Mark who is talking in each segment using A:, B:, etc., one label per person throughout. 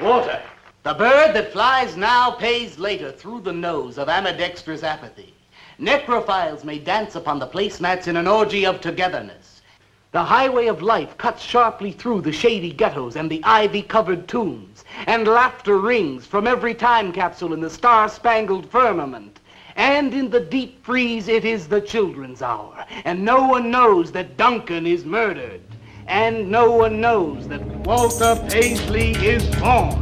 A: Water.
B: The bird that flies now pays later through the nose of ambidextrous apathy. Necrophiles may dance upon the placemats in an orgy of togetherness. The highway of life cuts sharply through the shady ghettos and the ivy-covered tombs, and laughter rings from every time capsule in the star-spangled firmament. And in the deep freeze, it is the children's hour, and no one knows that Duncan is murdered, and no one knows that Walter Paisley is born.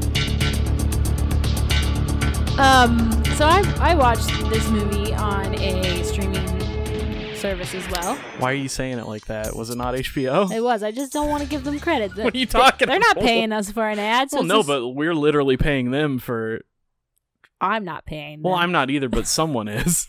C: Um, so I I watched this movie on a streaming service as well.
D: Why are you saying it like that? Was it not HBO?
C: It was. I just don't want to give them credit.
D: What are you talking
C: They're not
D: about?
C: paying us for an ad. So
D: well,
C: it's
D: no,
C: just-
D: but we're literally paying them for.
C: I'm not paying.
D: Well,
C: them.
D: I'm not either, but someone is.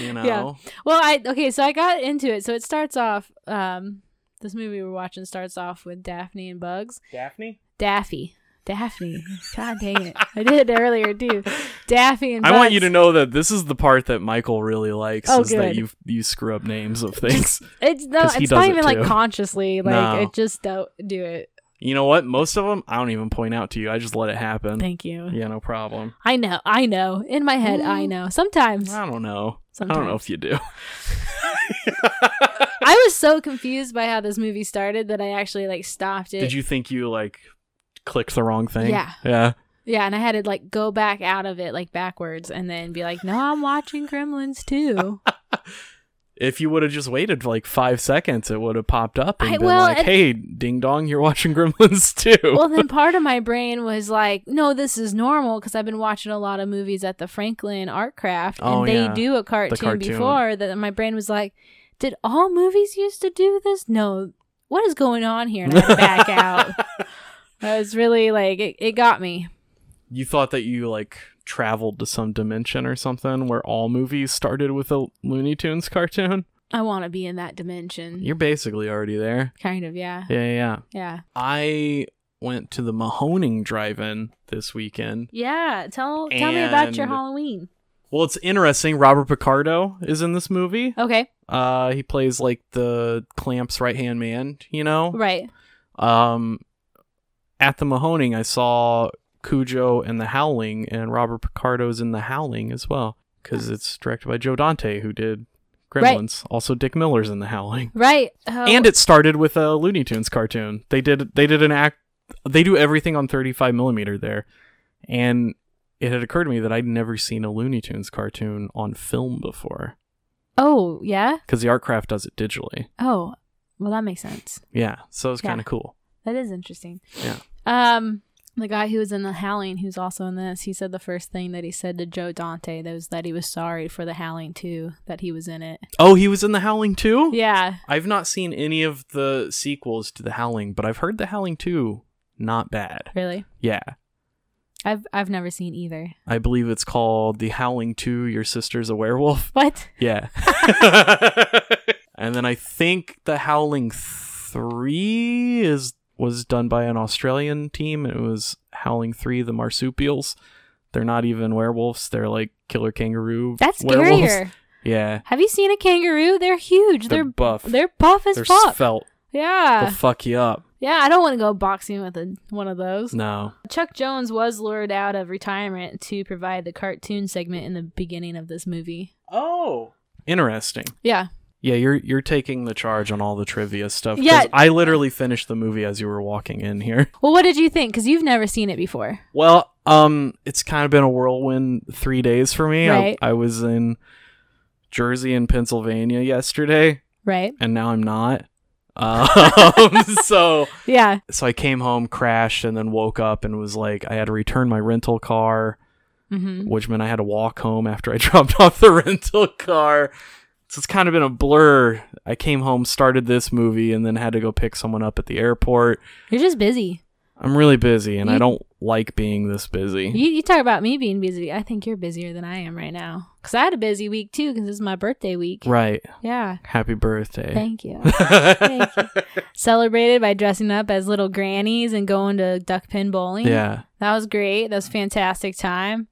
D: you know.
C: Well, I okay, so I got into it. So it starts off um this movie we're watching starts off with Daphne and Bugs.
D: Daphne.
C: Daffy. Daphne. God dang it. I did it earlier too. Daffy and
D: I
C: Bugs.
D: want you to know that this is the part that Michael really likes
C: Oh,
D: is that
C: good.
D: you you screw up names of things.
C: it's no
D: 'cause he
C: it's not
D: does it
C: even like
D: too.
C: consciously. Like
D: No.
C: it just don't do it.
D: you know what? Most of them I don't even point out to you. I just let it happen.
C: Thank you.
D: yeah, no problem.
C: I know, I know. In my head,
D: Mm.
C: I know. Sometimes
D: I don't know. I don't know
C: Sometimes.
D: if you do.
C: I was so confused by how this movie started that I actually like stopped it.
D: Did you think you like clicked the wrong thing?
C: Yeah.
D: Yeah.
C: Yeah, and I had to like go back out of it like backwards and then be like, "No, I'm watching Gremlins too."
D: Oh. If you would have just waited for like five seconds, it would have popped up and
C: I-
D: been
C: well,
D: like,
C: and-
D: "Hey, ding dong, you're watching Gremlins too."
C: well, then part of my brain was like, "No, this is normal because I've been watching a lot of movies at the Franklin Art Craft and
D: Oh,
C: they
D: yeah.
C: do a cartoon,
D: cartoon.
C: before." That my brain was like, "Did all movies used to do this? No, what is going on here?" And I had to back out. I was really like, it, it got me.
D: you thought that you like traveled to some dimension or something where all movies started with a Looney Tunes cartoon.
C: I want to be in that dimension.
D: You're basically already there.
C: kind of, yeah,
D: Yeah, yeah, yeah.
C: yeah,
D: I went to the Mahoning Drive-In this weekend.
C: yeah. Tell tell me about your
D: And-
C: Halloween.
D: Well, it's interesting. Robert Picardo is in this movie.
C: Okay,
D: Uh, he plays like the Clamp's right-hand man. You know,
C: right.
D: Um, at the Mahoning, I saw Cujo and The Howling, and Robert Picardo's in The Howling as well, because it's directed by Joe Dante, who did
C: Right.
D: Gremlins. Also, Dick Miller's in The Howling,
C: Right. Oh,
D: and it started with a Looney Tunes cartoon. They did they did an act. They do everything on 35 millimeter there, and it had occurred to me that I'd never seen a Looney Tunes cartoon on film before,
C: oh, yeah.
D: because the Artcraft does it digitally.
C: Oh, well, that makes sense.
D: Yeah, so it was
C: Yeah.
D: kind of cool.
C: That is interesting.
D: Yeah.
C: Um, the guy who was in the Howling, who's also in this, he said the first thing that he said to Joe Dante was that he was sorry for the Howling too, that he was in it.
D: Oh, he was in The Howling too.
C: Yeah.
D: I've not seen any of the sequels to The Howling, but I've heard The Howling 2 not bad.
C: Really.
D: Yeah.
C: I've I've never seen either.
D: I believe it's called The Howling 2 Your Sister's a Werewolf.
C: What?
D: Yeah. and then I think The Howling 3 is was done by an Australian team. It was Howling 3 The Marsupials. They're not even werewolves. They're like killer kangaroo.
C: That's
D: werewolves.
C: scarier.
D: Yeah.
C: Have you seen a kangaroo? They're huge.
D: They're
C: They're,
D: buff.
C: They're buff as
D: They're
C: fuck.
D: svelte.
C: yeah.
D: They'll fuck you up.
C: yeah. I don't want to go boxing with a, one of those.
D: No.
C: Chuck Jones was lured out of retirement to provide the cartoon segment in the beginning of this movie.
D: Oh. Interesting.
C: Yeah.
D: Yeah, you're you're taking the charge on all the trivia stuff. 'cause
C: Yeah.
D: I literally finished the movie as you were walking in here.
C: Well, what did you think? Because you've never seen it before.
D: Well, um, it's kind of been a whirlwind three days for me. I-
C: Right.
D: I, was in Jersey and Pennsylvania yesterday,
C: Right.
D: and now I'm not. Um, so
C: Yeah.
D: so I came home, crashed, and then woke up and was like, I had to return my rental car,
C: Mm-hmm.
D: which meant I had to walk home after I dropped off the rental car. So it's kind of been a blur. I came home, started this movie, and then had to go pick someone up at the airport.
C: You're just busy.
D: I'm really busy, and I
C: You-
D: don't like being this busy.
C: You, you talk about me being busy. I think you're busier than I am right now. Because I had a busy week too, because it's my birthday week.
D: right.
C: Yeah.
D: Happy birthday.
C: Thank you. Thank you. Celebrated by dressing up as little grannies and going to duck pin bowling.
D: yeah.
C: That was great. That was a fantastic time.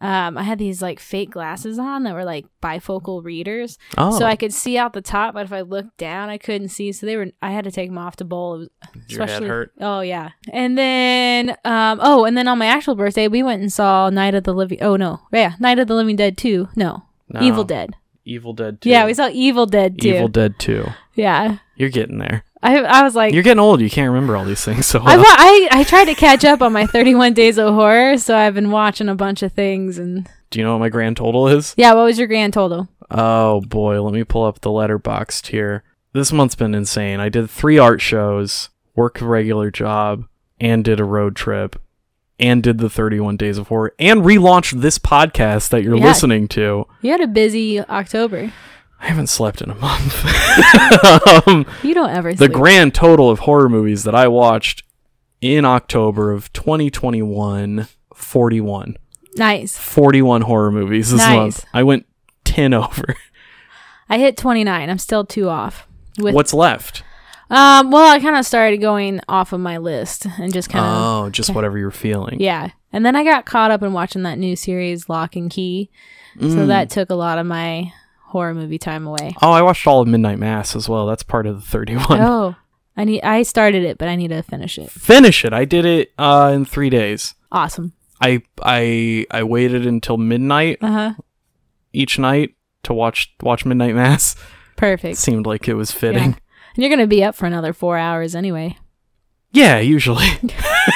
C: um, I had these like fake glasses on that were like bifocal readers,
D: Oh,
C: so I could see out the top, but if I looked down, I couldn't see. So they were. I had to take them off to bowl. It was
D: your head
C: especially-
D: hurt.
C: Oh yeah, and then um oh, and then on my actual birthday, we went and saw Night of the Living. Oh no, yeah, Night of the Living Dead two. No,
D: No.
C: Evil Dead.
D: Evil Dead 2.
C: Yeah, we saw Evil Dead two.
D: Evil Dead 2.
C: yeah,
D: You're getting there.
C: I I was like.
D: You're getting old. You can't remember all these things. So
C: I, wa- I I tried to catch up on my 31 days of horror, so I've been watching a bunch of things. And
D: do you know what my grand total is?
C: yeah, what was your grand total?
D: Oh boy, let me pull up the letterboxed here. This month's been insane. I did three art shows, worked a regular job, and did a road trip, and did the 31 Days of Horror, and relaunched this podcast that you're
C: Yeah.
D: listening to.
C: You had a busy October.
D: I haven't slept in a month. um,
C: You don't ever
D: the
C: sleep.
D: grand total of horror movies that I watched in October of 2021 41.
C: nice.
D: 41 horror movies this
C: Nice.
D: month. I went 10 over.
C: I hit 29. I'm still two off. With
D: What's left?
C: um, well, I kind of started going off of my list and just kind of
D: Oh, just whatever you're feeling.
C: yeah. And then I got caught up in watching that new series Lock and Key, so
D: Mm.
C: that took a lot of my horror movie time away.
D: Oh, I watched all of Midnight Mass as well. That's part of the 31.
C: Oh, I need. I started it, but I need to finish it.
D: Finish it. I did it uh, in three days.
C: Awesome.
D: I I I waited until midnight
C: Uh huh.
D: each night to watch watch Midnight Mass. It
C: Perfect.
D: seemed like it was fitting.
C: And you're gonna be up for another four hours anyway.
D: Yeah, usually.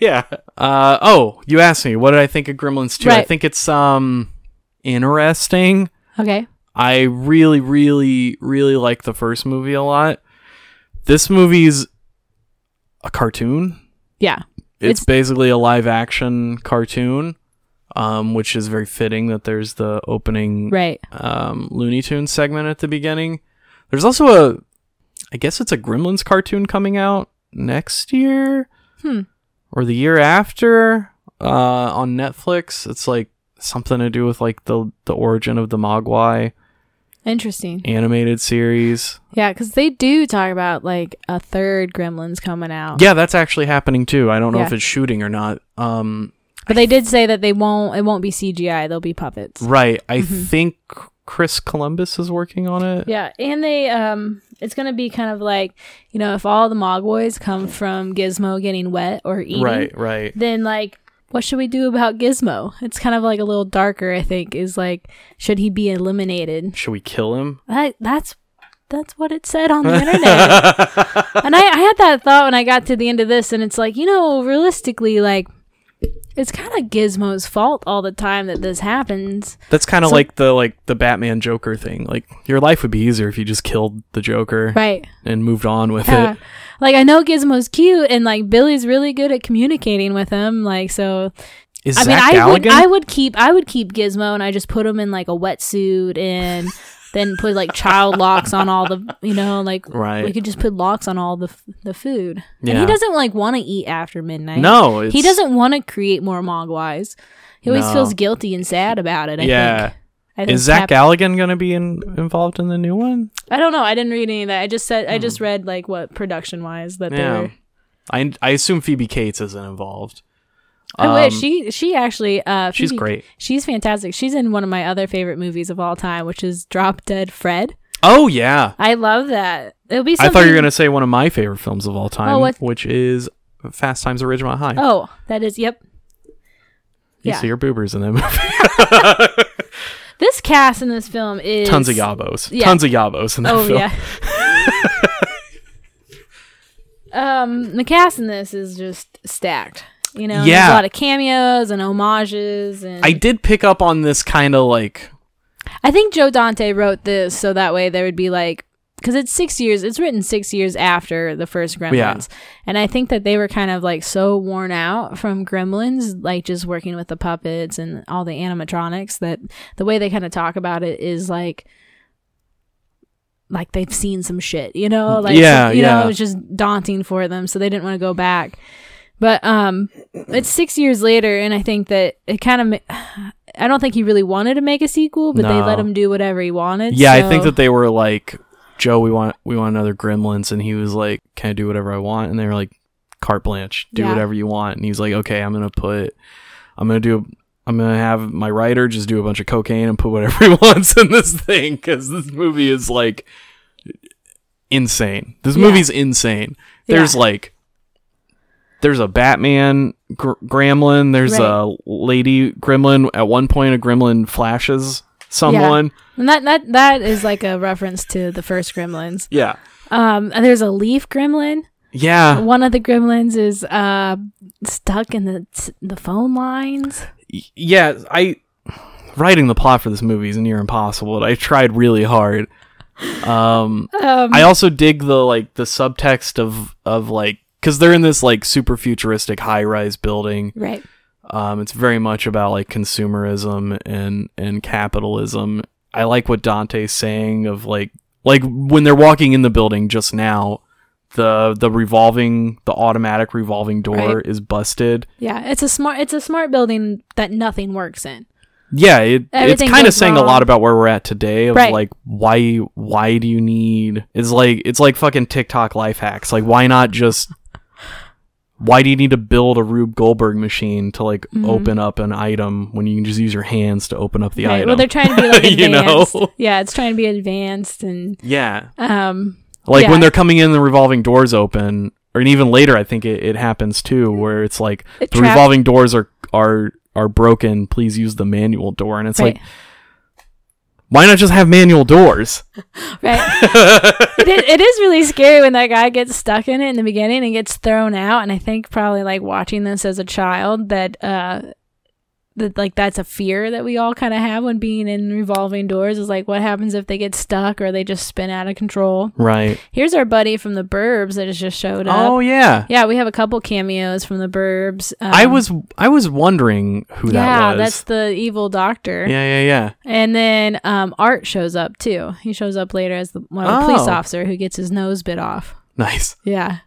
D: yeah. Uh, oh, you asked me what did I think of Gremlins 2? I
C: Right.
D: think it's um interesting.
C: Okay.
D: I really, really, really like the first movie a lot. This movie's a cartoon.
C: Yeah.
D: It's,
C: It's-
D: basically a live action cartoon, um, which is very fitting that there's the opening
C: Right.
D: um, Looney Tunes segment at the beginning. There's also a, I guess it's a Gremlins cartoon coming out next year
C: Hmm.
D: or the year after uh, on Netflix. It's like something to do with like the the origin of the Mogwai
C: Interesting.
D: animated series.
C: Yeah, because they do talk about like a third Gremlins coming out.
D: Yeah, that's actually happening too. I don't know
C: Oh. Yeah.
D: if it's shooting or not. Um,
C: But they did say that they won't. It won't be CGI. They'll be puppets.
D: right. I
C: Mhm.
D: think Chris Columbus is working on it.
C: Yeah, and they um, it's gonna be kind of like you know if all the Mogwais come from Gizmo getting wet or eating,
D: right, right.
C: then like what should we do about Gizmo? It's kind of like a little darker. I think is like should he be eliminated?
D: Should we kill him?
C: That that's that's what it said on the internet. and I, I had that thought when I got to the end of this, and it's like, you know, realistically, like, it's kind of Gizmo's fault all the time that this happens.
D: That's kind of
C: So-
D: like the like the Batman Joker thing. Like your life would be easier if you just killed the Joker
C: Right.
D: and moved on with
C: Yeah.
D: it.
C: Like, I know Gizmo's cute, and, like, Billy's really good at communicating with him. Like, so,
D: Is
C: I mean,
D: Zach
C: I would,
D: Galligan?
C: I would keep, I would keep Gizmo, and I just put him in, like, a wetsuit and. Then put like child locks on all the, you know, like
D: Right.
C: we could just put locks on all the f- the food. And
D: Yeah.
C: he doesn't like want to eat after midnight.
D: no, it's,
C: he doesn't want to create more mogwais. He always
D: No.
C: feels guilty and sad about it. I
D: Yeah.
C: think. I think
D: Is
C: Cap-
D: Zach Galligan going to be in, involved in the new one?
C: I don't know. I didn't read any of that. I just said I just read like what production wise that they
D: Hmm. Yeah.
C: were.
D: I I assume Phoebe Cates isn't involved.
C: I wish
D: Um,
C: she she actually uh,
D: she's
C: Phoebe-
D: great.
C: She's fantastic. She's in one of my other favorite movies of all time, which is Drop Dead Fred.
D: Oh yeah.
C: I love that. It'll be.
D: I
C: Something-
D: thought you were going to say one of my favorite films of all time,
C: Oh, what-
D: which is Fast Times at Ridgemont High.
C: Oh, that is yep.
D: You
C: yeah.
D: see your boobers in that movie.
C: This cast in this film is
D: Tons of yabos.
C: Yeah.
D: Tons of yabos in that
C: Oh
D: film.
C: yeah. um, the cast in this is just stacked. You know, there's
D: Yeah.
C: a lot of cameos and homages, and
D: I did pick up on this kind of like
C: I think Joe Dante wrote this so that way there would be like because it's six years. It's written six years after the first Gremlins, and I think that they were kind of like so worn out from Gremlins, like just working with the puppets and all the animatronics. That the way they kind of talk about it is like. Like they've seen some shit, you know, like
D: Yeah,
C: you know,
D: yeah.
C: it was just daunting for them, so they didn't want to go back. But um, it's six years later, and I think that it kind of. Ma- I don't think he really wanted to make a sequel, but they
D: No.
C: let him do whatever he wanted.
D: Yeah, I think
C: so-
D: that they were like, Joe, we want we want another Gremlins, and he was like, Can I do whatever I want? And they were like, Carte blanche, do
C: Yeah.
D: whatever you want. And he's like, Okay, I'm gonna put, I'm gonna do, I'm I'm gonna have my writer just do a bunch of cocaine and put whatever he wants in this thing because this movie is like insane. This
C: Yeah.
D: movie's insane. There's
C: Yeah.
D: like there's a Batman gr- gremlin. There's a lady gremlin. At one point, a gremlin flashes someone.
C: And that that that is like a reference to the first Gremlins.
D: Yeah,
C: Um, and there's a leaf gremlin.
D: yeah.
C: One of the gremlins is uh stuck in the the phone lines.
D: Y- yeah. I writing the plot for this movie is near impossible. and I tried really hard. Um,
C: Um,
D: I also dig the like the subtext of of like because they're in this like super futuristic high rise building.
C: right.
D: Um, it's very much about like consumerism and and capitalism. I like what Dante's saying of like like when they're walking in the building just now, the the revolving the automatic revolving door
C: Right.
D: is busted.
C: Yeah, it's a smart it's a smart building that nothing works in.
D: Yeah, it, it's
C: Everything
D: kind of
C: goes
D: saying a
C: wrong.
D: lot about where we're at today of
C: Right.
D: like why why do you need it's like it's like fucking TikTok life hacks. Like why not just why do you need to build a Rube Goldberg machine to like
C: Mm-hmm.
D: open up an item when you can just use your hands to open up the
C: right.
D: item?
C: Well, they're trying to be like advanced.
D: You know?
C: Yeah, it's trying to be advanced and
D: yeah.
C: um
D: Like
C: Yeah.
D: when they're coming in the revolving doors open or and even later I think it, it happens too where it's like
C: Mm-hmm. It
D: the
C: trapped-
D: revolving doors are are are broken, please use the manual door and it's
C: right.
D: like why not just have manual doors?
C: right. it, is, it is really scary when that guy gets stuck in it in the beginning and gets thrown out. And I think probably like watching this as a child that uh that like that's a fear that we all kind of have when being in revolving doors is like what happens if they get stuck or they just spin out of control.
D: Right.
C: Here's our buddy from the Burbs that has just showed up.
D: Oh yeah.
C: Yeah, we have a couple cameos from the Burbs. Um,
D: I was I was wondering who
C: yeah,
D: that was.
C: that's the evil doctor.
D: yeah, yeah, yeah.
C: And then um, Art shows up too. He shows up later as the, one of the police
D: Oh.
C: officer who gets his nose bit off.
D: Nice.
C: Yeah.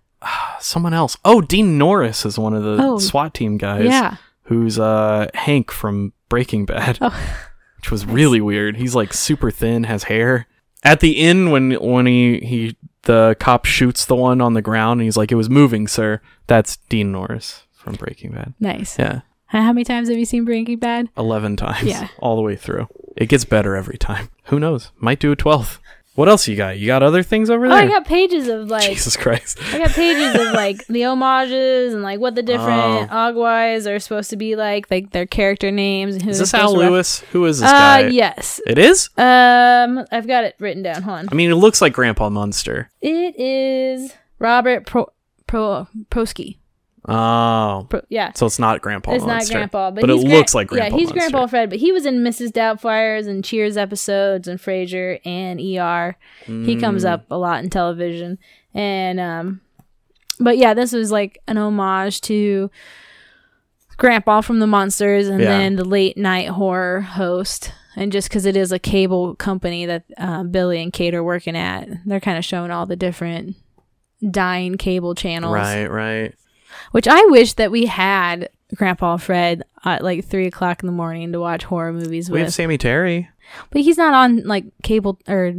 D: Someone else. Oh, Dean Norris is one of the
C: Oh.
D: SWAT team guys.
C: Yeah.
D: Who's uh Hank from Breaking Bad.
C: Oh.
D: Which was really weird. He's like super thin, has hair. At the end when when he, he the cop shoots the one on the ground and he's like, It was moving, sir. That's Dean Norris from Breaking Bad.
C: Nice.
D: Yeah.
C: How how many times have you seen Breaking Bad?
D: 11 times
C: Yeah.
D: all the way through. It gets better every time. Who knows? Might do a 12th. What else you got? You got other things over
C: Oh,
D: there?
C: I got pages of like
D: Jesus Christ.
C: I got pages of like the homages and like what the
D: Oh.
C: different Ogwais are supposed to be like, like their character names. And who
D: Is
C: they're
D: this Al
C: supposed to rep-
D: Lewis? Who is this guy?
C: Uh, yes.
D: It is?
C: Um, I've got it written down. Hold on.
D: I mean, it looks like Grandpa Munster.
C: It is Robert Pro Pro Prosky.
D: Oh.
C: Pro- yeah.
D: So it's not Grandpa
C: it's
D: Munster.
C: not Grandpa, but,
D: it
C: he's
D: looks
C: Gran-
D: like Grandpa
C: Yeah, he's
D: Munster.
C: Grandpa Fred, but he was in Mrs. Doubtfire's and Cheers episodes and Frasier and ER. He
D: Mm.
C: comes up a lot in television, and um, but yeah, this was like an homage to Grandpa from the Monsters, and
D: Yeah.
C: then the late night horror host. And just because it is a cable company that uh, Billy and Kate are working at, they're kind of showing all the different dying cable channels
D: Right, right.
C: which I wish that we had Grandpa Fred at like three o'clock in the morning to watch horror movies
D: We have
C: with.
D: Sammy Terry.
C: But he's not on like cable or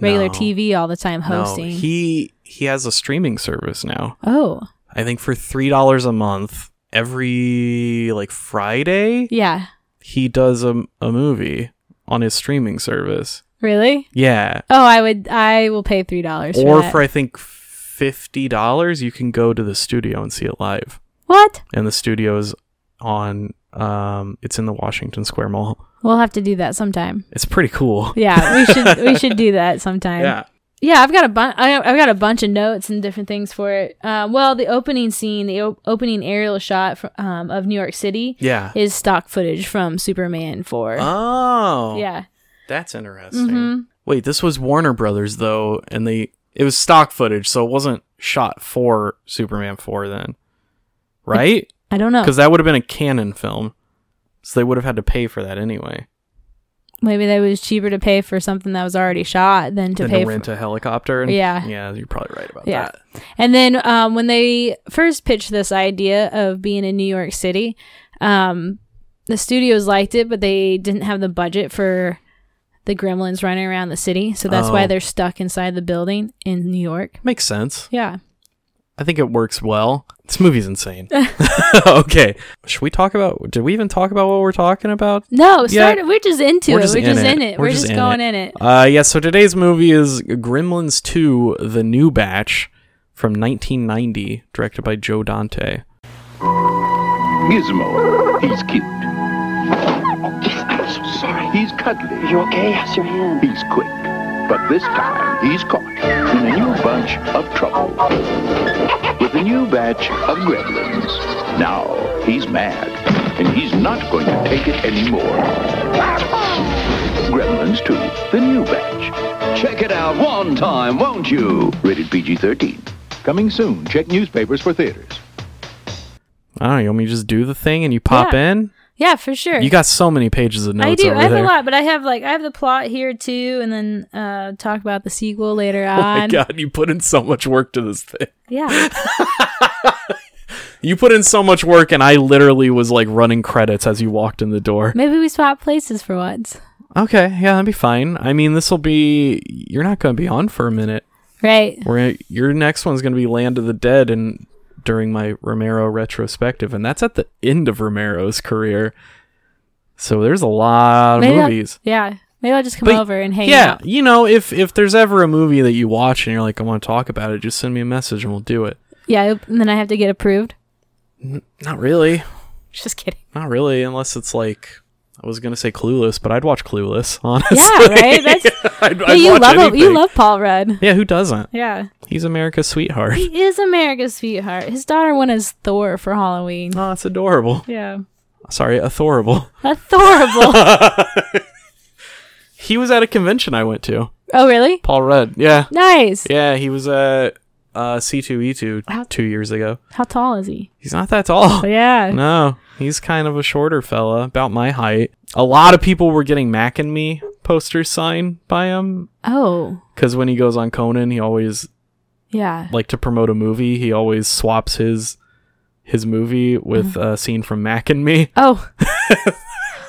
C: regular
D: No.
C: TV all the time
D: No,
C: hosting.
D: he he has a streaming service now.
C: oh,
D: I think for three dollars a month, every like Friday,
C: yeah,
D: he does a, a movie on his streaming service.
C: really?
D: Yeah.
C: Oh, I would. I will pay three dollars.
D: or
C: that.
D: for I think fifty dollars, you can go to the studio and see it live.
C: what?
D: And the studio is on. Um, it's in the Washington Square Mall.
C: We'll have to do that sometime.
D: It's pretty cool.
C: Yeah, we should we should do that sometime. Yeah, I've got a bunch. I've got a bunch of notes and different things for it. Uh, well, the opening scene, the o- opening aerial shot fr- um, of New York City,
D: Yeah.
C: is stock footage from Superman Four.
D: Oh.
C: Yeah.
D: That's interesting.
C: Mhm.
D: Wait, this was Warner Brothers though, and they it was stock footage, so it wasn't shot for Superman Four then, right?
C: I don't know.
D: Because that would have been a canon film, so they would have had to pay for that anyway.
C: Maybe that was cheaper to pay for something that was already shot than to
D: Then
C: pay
D: to rent
C: for.
D: a helicopter. And,
C: Yeah.
D: Yeah, you're probably right about
C: Yeah.
D: that.
C: And then um, when they first pitched this idea of being in New York City, um, the studios liked it, but they didn't have the budget for the gremlins running around the city. So that's
D: Oh.
C: why they're stuck inside the building in New York.
D: Makes sense.
C: Yeah.
D: I think it works well. This movie's insane. okay. Should we talk about did we even talk about what we're talking about?
C: No,
D: Yeah.
C: start, we're just into
D: We're
C: it.
D: just
C: we're
D: in
C: just
D: it.
C: in it.
D: We're
C: We're,
D: just
C: just,
D: in
C: going
D: it.
C: in it.
D: Uh yeah, so today's movie is Gremlins 2: The New Batch from 1990, directed by Joe Dante.
A: Gizmo. He's cute. Oh, Giz, I'm so sorry. He's cuddly. You okay? How's your hand? He's quick. But this time, he's caught in a new bunch of trouble with a new batch of gremlins. Now, he's mad, and he's not going to take it anymore. Gremlins 2, the new batch. Check it out one time, won't you? Rated PG-13. Coming soon. Check newspapers for theaters.
D: I don't know, you want me to just do the thing and you pop
C: Yeah.
D: in?
C: Yeah, for sure.
D: You got so many pages of notes
C: I do.
D: over
C: I have
D: there.
C: a lot, but I have like I have the plot here too, and then uh talk about the sequel later
D: Oh my
C: on.
D: god, you put in so much work to this thing.
C: Yeah,
D: You put in so much work and I literally was like running credits as you walked in the door.
C: maybe we swap places for once.
D: Okay, yeah, that'd be fine. I mean, this will be you're not going to be on for a minute.
C: Right?
D: We're gonna, your next one's going to be Land of the Dead and during my Romero retrospective and that's at the end of Romero's career. So there's a lot of
C: Maybe I'll-
D: movies.
C: yeah. Maybe I'll just come
D: But-
C: over and hang
D: yeah,
C: out.
D: you know, if if there's ever a movie that you watch and you're like I want to talk about it, just send me a message and we'll do it.
C: Yeah, and then I have to get approved.
D: Not really.
C: Just kidding.
D: Not really unless it's like I was going to say Clueless, but I'd watch Clueless, honestly.
C: Yeah, right. That's
D: I'd,
C: but
D: I'd
C: you
D: watch
C: love
D: anything.
C: you love Paul Rudd.
D: Yeah, who doesn't?
C: Yeah,
D: He's America's sweetheart.
C: he is America's sweetheart. His daughter went as Thor for Halloween.
D: Oh, that's adorable.
C: Yeah,
D: Sorry, adorable.
C: adorable.
D: He was at a convention I went to.
C: oh, really?
D: Paul Rudd. Yeah.
C: Nice.
D: Yeah, he was at uh, C2E2 two years ago.
C: How tall is he?
D: He's not that tall.
C: Yeah.
D: No, he's kind of a shorter fella, about my height. A lot of people were getting Mac and Me posters signed by him
C: Oh,
D: because when he goes on Conan, he always
C: yeah.
D: like to promote a movie. He always swaps his his movie with
C: Mm-hmm.
D: a scene from Mac and Me.
C: Oh.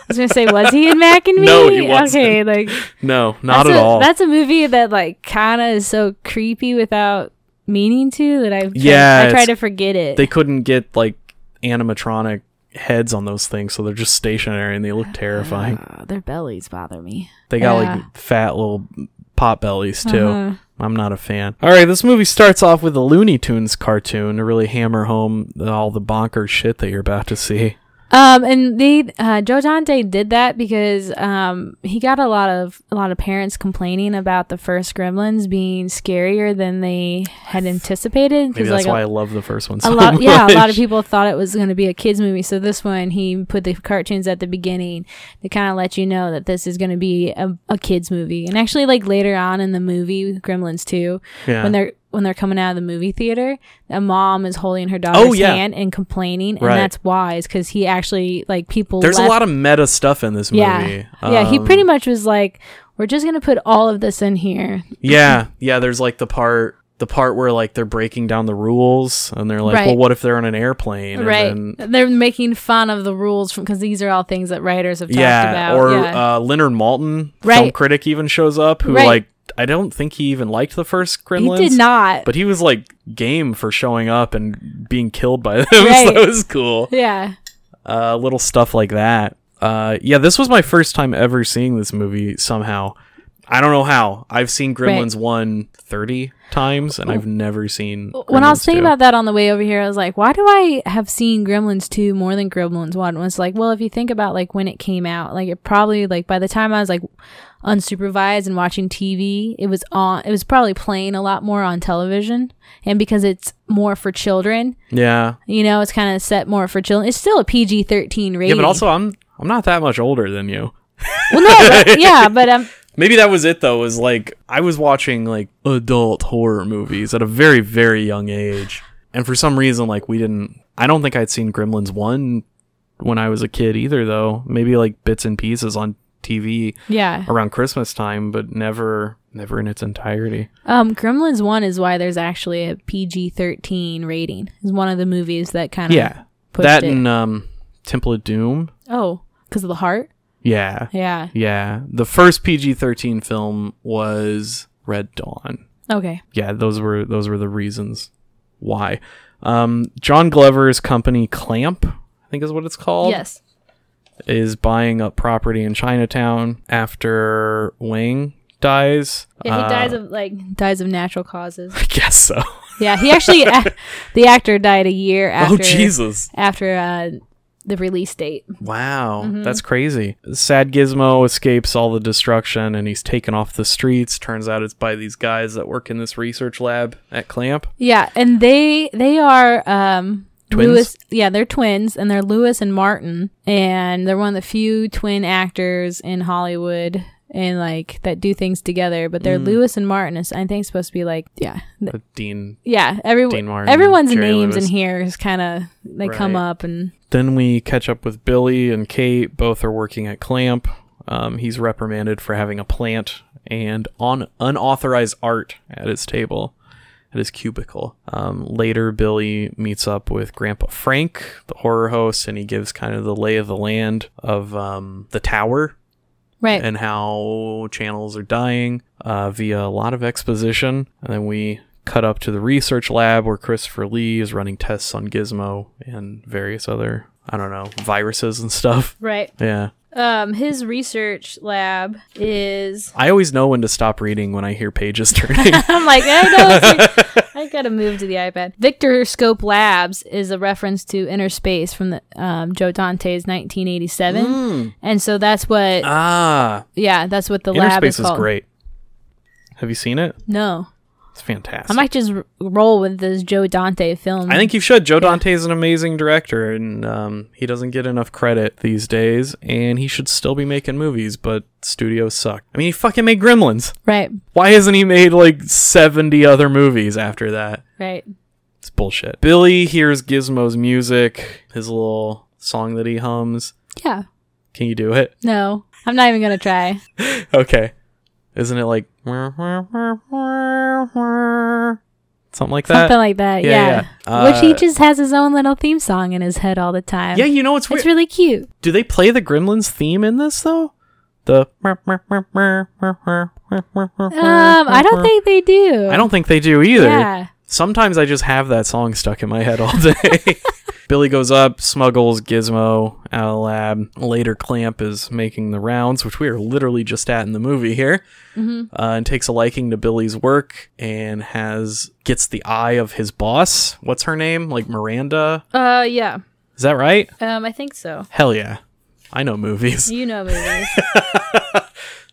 C: I was gonna say, was he in Mac and Me?
D: No, he wasn't.
C: Okay, like
D: No, not
C: that's
D: at
C: a,
D: all.
C: That's a movie that like kind of is so creepy without meaning to that I try,
D: Yeah,
C: I try
D: it's-
C: to forget it.
D: they couldn't get like animatronic heads on those things, so they're just stationary and they look terrifying.
C: Uh, their bellies bother me.
D: They got
C: Yeah.
D: like fat little pot bellies too.
C: Uh-huh.
D: I'm not a fan. All right, this movie starts off with a Looney Tunes cartoon to really hammer home the- all the bonkers shit that you're about to see.
C: Um, and they uh, Joe Dante did that because um, he got a lot of a lot of parents complaining about the first Gremlins being scarier than they had anticipated. 'cause,
D: Maybe
C: like,
D: that's
C: a-
D: why I love the first one
C: a
D: so
C: lot
D: much.
C: yeah a lot of people thought it was going to be a kids movie so this one he put the cartoons at the beginning to kind of let you know that this is going to be a, a kids movie and actually like later on in the movie gremlins 2
D: Yeah.
C: when they're when they're coming out of the movie theater a mom is holding her daughter's
D: Oh, yeah.
C: hand and complaining
D: Right.
C: and that's wise because he actually like people
D: There's a
C: left-
D: lot of meta stuff in this movie.
C: yeah yeah he
D: Um,
C: pretty much was like we're just going to put all of this in here
D: Yeah, yeah. There's like the part, the part where like they're breaking down the rules, and they're like,
C: Right.
D: "Well, what if they're on an airplane?" And
C: right
D: then-
C: they're making fun of the rules from because these are all things that writers have talked
D: yeah,
C: about
D: or
C: yeah.
D: Uh, Leonard Malton, film
C: Right.
D: critic, even shows up. Who
C: Right.
D: like I don't think he even liked the first Gremlins.
C: He did not.
D: but he was like game for showing up and being killed by them. so
C: Right.
D: that was cool.
C: yeah.
D: Uh, little stuff like that. Uh, yeah, this was my first time ever seeing this movie. Somehow, I don't know how. I've seen Gremlins one thirty times, and I've never seen.
C: When I was
D: Gremlins
C: thinking
D: 2.
C: about that on the way over here, I was like, why do I have seen Gremlins 2 more than Gremlins 1? was like, well, if you think about like when it came out, like it probably like by the time I was like unsupervised and watching TV, it was on it was probably playing a lot more on television. And because it's more for children,
D: yeah,
C: you know, it's kind of set more for children. It's still a PG-13 rating.
D: yeah, but also I'm I'm not that much older than you.
C: Well, no, but, yeah, but um
D: Maybe that was it though. Was like I was watching like adult horror movies at a very very young age, and for some reason like we didn't. I don't think I'd seen Gremlins one when I was a kid either though. Maybe like bits and pieces on TV
C: yeah.
D: around Christmas time, but never never in its entirety.
C: Um Gremlins 1 is why there's actually a PG-13 rating. It's one of the movies that kind of
D: Yeah,
C: pushed
D: that
C: it.
D: and um, Temple of Doom.
C: Oh, because of the heart?
D: Yeah,
C: Yeah.
D: yeah. The first PG thirteen film was Red Dawn.
C: Okay.
D: yeah, those were those were the reasons why. Um, John Glover's company Clamp, I think is what it's called,
C: Yes.
D: is buying up property in Chinatown after Wang dies.
C: Yeah, he
D: Uh,
C: dies of like dies of natural causes.
D: I guess so.
C: Yeah, he actually a- the actor died a year after
D: oh Jesus!
C: after uh, the release date.
D: Wow,
C: Mm-hmm.
D: that's crazy. Sad Gizmo escapes all the destruction and he's taken off the streets. Turns out it's by these guys that work in this research lab at Clamp.
C: Yeah, and they they are um
D: Twins?
C: Lewis, yeah, they're twins, and they're Lewis and Martin, and they're one of the few twin actors in Hollywood. And like that do things together, but
D: Mm.
C: they're Lewis and Martin. is- I think it's supposed to be like yeah, th-
D: But Dean.
C: yeah. Every,
D: Dean Martin,
C: everyone's
D: Jerry
C: names
D: Lewis.
C: in here is kind of they come
D: Right.
C: up and
D: Then we catch up with Billy and Kate. Both are working at Clamp. Um, he's reprimanded for having a plant and on unauthorized art at his table, at his cubicle. Um, later, Billy meets up with Grandpa Frank, the horror host, and he gives kind of the lay of the land of um, the tower
C: right.
D: and how channels are dying uh, via a lot of exposition. And then we cut up to the research lab where Christopher Lee is running tests on Gizmo and various other, I don't know, viruses and stuff.
C: Right.
D: Yeah.
C: Um, his research lab is.
D: I always know when to stop reading when I hear pages turning.
C: I'm like, I know. It's like, I gotta move to the iPad. Victorscope Labs is a reference to Inner Space from the um, Joe Dante's 1987,
D: Hmm.
C: and so that's what.
D: ah,
C: yeah, that's what the lab
D: Interspace
C: is
D: is
C: called.
D: great. Have you seen it?
C: No,
D: It's fantastic.
C: I might just r- roll with this Joe Dante film.
D: I think you should. Joe Dante is an amazing director, and um, he doesn't get enough credit these days. And he should still be making movies, but studios suck. I mean, he fucking made Gremlins.
C: right,
D: Why hasn't he made like seventy other movies after that?
C: right.
D: It's bullshit. Billy hears Gizmo's music, his little song that he hums.
C: Yeah,
D: Can you do it?
C: no, I'm not even gonna try.
D: Okay. Isn't it like something like that?
C: Something like that.
D: yeah,
C: Yeah,
D: yeah.
C: which he
D: Uh,
C: just has his own little theme song in his head all the time.
D: yeah, you know it's weird.
C: it's really cute.
D: Do they play the Gremlins theme in this though? The
C: Um, I don't think they do.
D: Uh, uh-huh. I don't think they do either.
C: Yeah.
D: Sometimes I just have that song stuck in my head all day. Billy goes up, smuggles Gizmo out of the lab. Later, Clamp is making the rounds, which we are literally just at in the movie here,
C: Mm-hmm.
D: uh, and takes a liking to Billy's work and has gets the eye of his boss. What's her name? Like Miranda?
C: Uh, yeah.
D: Is that right?
C: Um, I think so.
D: Hell yeah, I know movies.
C: You know movies.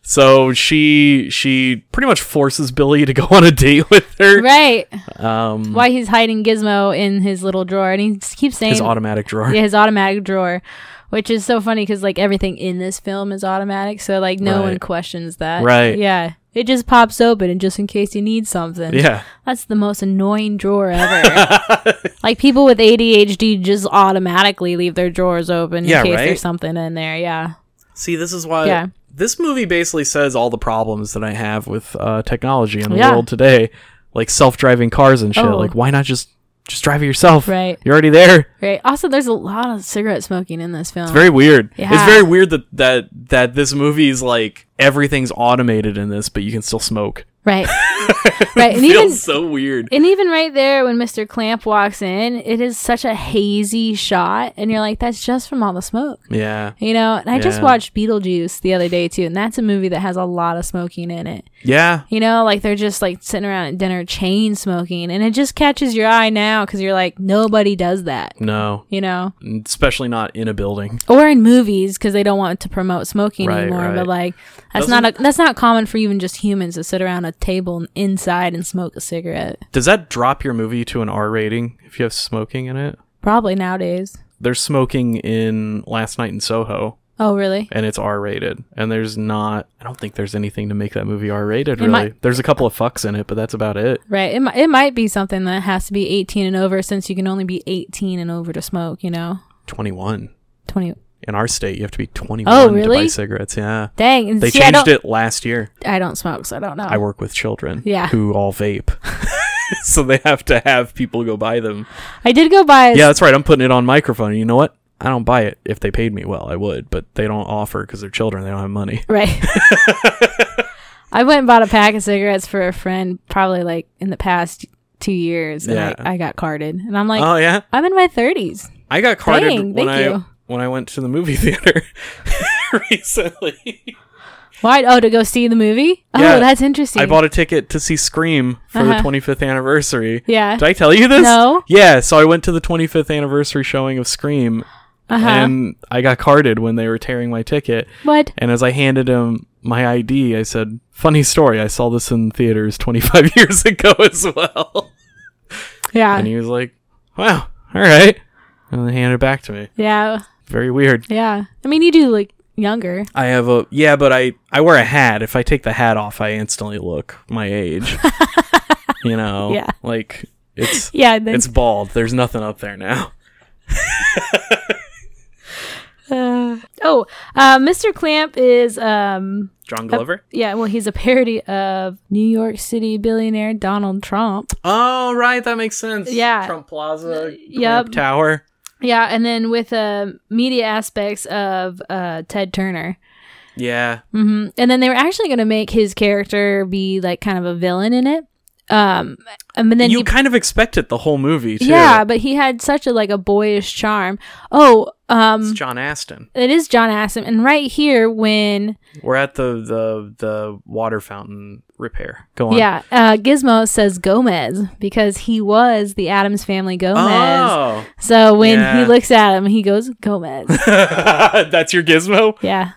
D: So she she pretty much forces Billy to go on a date with her.
C: right.
D: Um,
C: Why he's hiding Gizmo in his little drawer. And he just keeps saying,
D: his automatic drawer.
C: yeah, his automatic drawer, which is so funny because, like, everything in this film is automatic. So, like, no one
D: Right.
C: questions that.
D: Right.
C: Yeah. It just pops open and just in case you need something.
D: Yeah.
C: That's the most annoying drawer ever. like, people with ADHD just automatically leave their drawers open
D: Yeah,
C: in case
D: right?
C: there's something in there. Yeah.
D: See, this is why
C: Yeah.
D: this movie basically says all the problems that I have with uh, technology in the
C: Yeah.
D: world today, like self-driving cars and shit.
C: Oh.
D: Like, why not just just drive it yourself?
C: Right.
D: You're already there.
C: Right. Also, there's a lot of cigarette smoking in this film.
D: It's very weird. It's
C: Yeah.
D: very weird that that that this movie is like everything's automated in this, but you can still smoke.
C: right. right. And
D: Feels
C: even
D: so weird.
C: And even right there, when Mr. Clamp walks in, it is such a hazy shot, and you're like, that's just from all the smoke.
D: yeah.
C: You know, and I just
D: Yeah.
C: watched Beetlejuice the other day too, and that's a movie that has a lot of smoking in it.
D: Yeah.
C: You know, like they're just like sitting around at dinner chain smoking, and it just catches your eye now because you're like, nobody does that,
D: No.
C: you know,
D: Especially not in a building.
C: or in movies because they don't want to promote smoking
D: Right,
C: anymore.
D: right.
C: But like, that's not a that's not common for even just humans to sit around a table inside and smoke a cigarette.
D: Does that drop your movie to an R rating if you have smoking in it?
C: Probably nowadays.
D: There's smoking in Last Night in Soho,
C: Oh, really?
D: and it's R rated. And there's not, I don't think there's anything to make that movie R rated,
C: It
D: really.
C: might-
D: There's a couple of fucks in it, but that's about it.
C: Right. It, mi- it might be something that has to be 18 and over since you can only be 18 and over to smoke, you know?
D: 21.
C: 20.
D: In our state, you have to be 21
C: Oh,
D: to buy
C: really?
D: cigarettes. Yeah.
C: Dang. And
D: They
C: see, I don't,
D: changed it last year.
C: I don't smoke, so I don't know.
D: I work with children
C: Yeah.
D: who all vape. so they have to have people go buy them.
C: I did go buy a,
D: Yeah, that's right. I'm putting it on microphone. You know what? I don't buy it. If they paid me well, I would, but they don't offer because they're children. They don't have money.
C: Right. I went and bought a pack of cigarettes for a friend probably like in the past two years and
D: Yeah.
C: I, I got carded. And I'm like,
D: oh yeah,
C: I'm in my 30s.
D: I got carded
C: Dang,
D: when
C: thank
D: I
C: you.
D: when I went to the movie theater recently.
C: Why? Oh, to go see the movie?
D: Yeah.
C: Oh, that's interesting.
D: I bought a ticket to see Scream for the 25th anniversary.
C: Uh-huh. Yeah.
D: Did I tell you this?
C: No.
D: Yeah, so I went to the 25th anniversary showing of Scream
C: Uh-huh.
D: and I got carded when they were tearing my ticket.
C: what?
D: And as I handed him my ID, I said, "Funny story, I saw this in theaters 25 years ago as well." And
C: Yeah.
D: he was like, "Wow, all right." And then handed it back to me.
C: Yeah.
D: Very weird.
C: Yeah. I mean, you do look younger.
D: I have a yeah, but I I wear a hat. If I take the hat off, I instantly look my age. you know,
C: Yeah.
D: like it's
C: Yeah. Then,
D: it's bald. There's nothing up there now.
C: uh, oh, uh, Mr. Clamp is, um,
D: John Glover.
C: yeah, well, he's a parody of New York City billionaire Donald Trump.
D: Oh right, that makes sense.
C: Yeah.
D: Trump Plaza.
C: yep.
D: Clamp Tower.
C: Yeah. And then with uh, media aspects of uh, Ted Turner.
D: Yeah.
C: hmm And then they were actually going to make his character be like kind of a villain in it. Um, and then
D: you
C: he
D: kind of expect it the whole movie too.
C: Yeah, um, but he had such a like a boyish charm. Oh, um
D: It's John Aston.
C: it is John Aston. And right here when
D: We're at the the the water fountain repair. Go on.
C: yeah, uh Gizmo says Gomez because he was the Adams family Gomez.
D: Oh,
C: So when
D: Yeah.
C: he looks at him, he goes Gomez.
D: that's your gizmo.
C: yeah.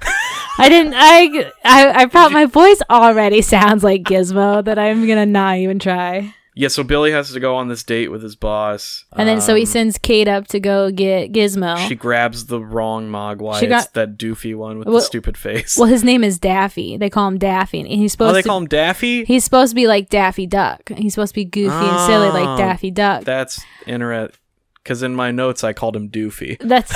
C: I didn't I I I thought my voice already sounds like Gizmo that I'm going to not even try.
D: Yeah. So Billy has to go on this date with his boss,
C: And then so he
D: Um,
C: sends Kate up to go get Gizmo.
D: She grabs the wrong Mogwai.
C: She got-
D: it's that doofy one with
C: Well-
D: the stupid face.
C: well, his name is Daffy. They call him Daffy, and he's supposed
D: oh, they
C: to
D: call him Daffy.
C: He's supposed to be like Daffy Duck. He's supposed to be goofy and silly
D: Oh,
C: like Daffy Duck.
D: That's interesting. Because in my notes, I called him Doofy.
C: That's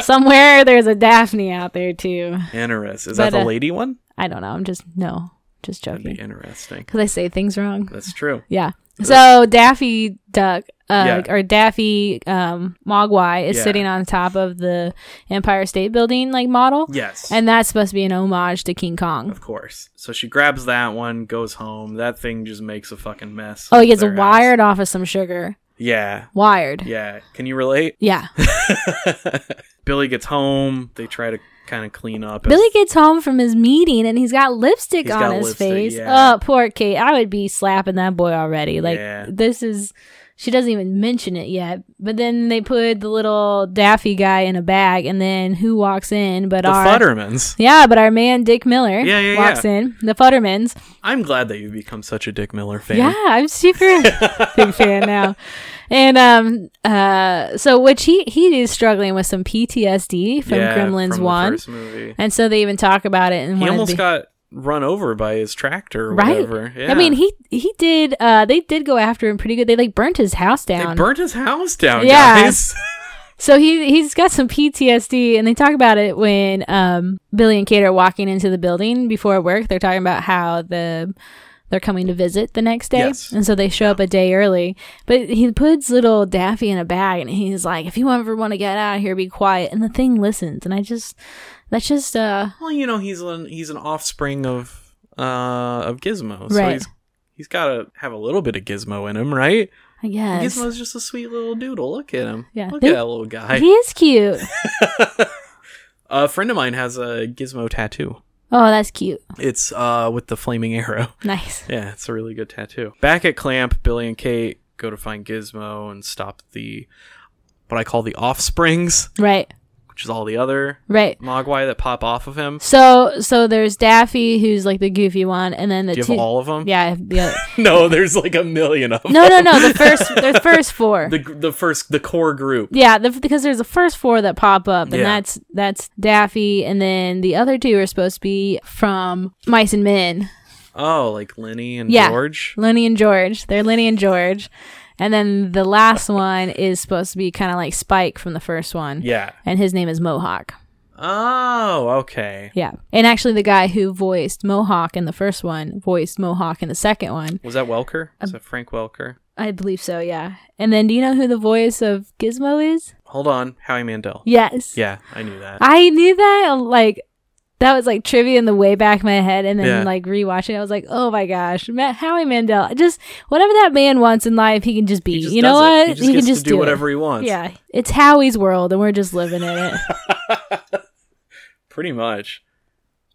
C: somewhere there's a Daphne out there too.
D: Interest. Is
C: But,
D: that the
C: uh,
D: lady one?
C: I don't know. I'm just no, just
D: That'd be
C: joking
D: interesting.
C: because I say things wrong.
D: That's true.
C: Yeah. So Daffy Duck. Uh,
D: Yeah.
C: Or Daffy um, Mogwai is
D: Yeah.
C: sitting on top of the Empire State Building like model,
D: Yes.
C: and that's supposed to be an homage to King Kong.
D: Of course. So she grabs that one, goes home. That thing just makes a fucking mess.
C: Oh, he
D: of
C: gets
D: their house.
C: wired off of some sugar.
D: Yeah.
C: Wired.
D: Yeah. Can you relate?
C: yeah.
D: Billy gets home. They try to kind of clean up. as-
C: Billy gets home from his meeting and he's got lipstick
D: He's
C: on
D: got
C: his
D: lipstick,
C: face.
D: yeah.
C: Oh, poor Kate. I would be slapping that boy already. Like
D: Yeah.
C: this is she doesn't even mention it yet. But then they put the little Daffy guy in a bag and then who walks in but
D: the
C: our
D: Futtermans.
C: Yeah, but our man Dick Miller
D: Yeah, yeah,
C: walks
D: yeah.
C: in. The Futtermans.
D: I'm glad that you've become such a Dick Miller fan.
C: Yeah, I'm super big fan now. And um uh so which he he is struggling with some PTSD from
D: Yeah,
C: Gremlins
D: from the
C: One.
D: first movie.
C: And so they even talk about it and
D: He
C: wanna
D: almost
C: be-
D: got run over by his tractor or
C: Right.
D: whatever. Yeah.
C: I mean, he he did. Uh, they did go after him pretty good. They like burnt his house
D: They
C: down.
D: burnt his house down,
C: Yeah.
D: guys.
C: so he he's got some PTSD, and they talk about it when um Billy and Kate are walking into the building before work. They're talking about how the they're coming to visit the next day,
D: Yes.
C: and so they show up a day early. But he puts little Daffy in a bag, and he's like, "If you ever want to get out of here, be quiet." And the thing listens, and I just that's just uh
D: Well, you know, he's an he's an offspring of uh of Gizmo, so
C: Right.
D: he's he's got to have a little bit of Gizmo in him, right?
C: I guess
D: Gizmo's just a sweet little doodle. Look at him.
C: Yeah.
D: Look
C: They-
D: at that little guy.
C: he is cute.
D: a friend of mine has a Gizmo tattoo.
C: oh, that's cute.
D: It's uh with the flaming arrow.
C: Nice.
D: Yeah, it's a really good tattoo. Back at Clamp, Billy and Kate go to find Gizmo and stop the what I call the offsprings,
C: Right.
D: which is all the other
C: Right.
D: Mogwai that pop off of him.
C: So so there's Daffy who's like the goofy one, and then the
D: Do you have
C: two.
D: all of them?
C: yeah, I have the other-
D: No, there's like a million of them.
C: no, no, no. The first the first four.
D: The the first the core group.
C: yeah, the, because there's the first four that pop up, and
D: Yeah.
C: that's that's Daffy, and then the other two are supposed to be from Mice and Men,
D: Oh, like Lenny and
C: Yeah.
D: George.
C: Lenny and George. They're Lenny and George, and then the last one is supposed to be kind of like Spike from the first one,
D: Yeah.
C: and his name is Mohawk.
D: Oh, okay.
C: Yeah, and actually the guy who voiced Mohawk in the first one voiced Mohawk in the second one.
D: Was that Welker? Was that Frank Welker?
C: I believe so, yeah. And then do you know who the voice of Gizmo is?
D: Hold on, Howie Mandel.
C: Yes.
D: Yeah, I knew that.
C: I knew that like that was like trivia in the way back of my head and then
D: Yeah.
C: like rewatching it, I was like, oh my gosh, Ma- Howie Mandel, just whatever that man wants in life, he can just be.
D: He just
C: you know
D: does it.
C: what?
D: He just gets to do whatever he wants.
C: Yeah, it's Howie's world and we're just living in it.
D: Pretty much.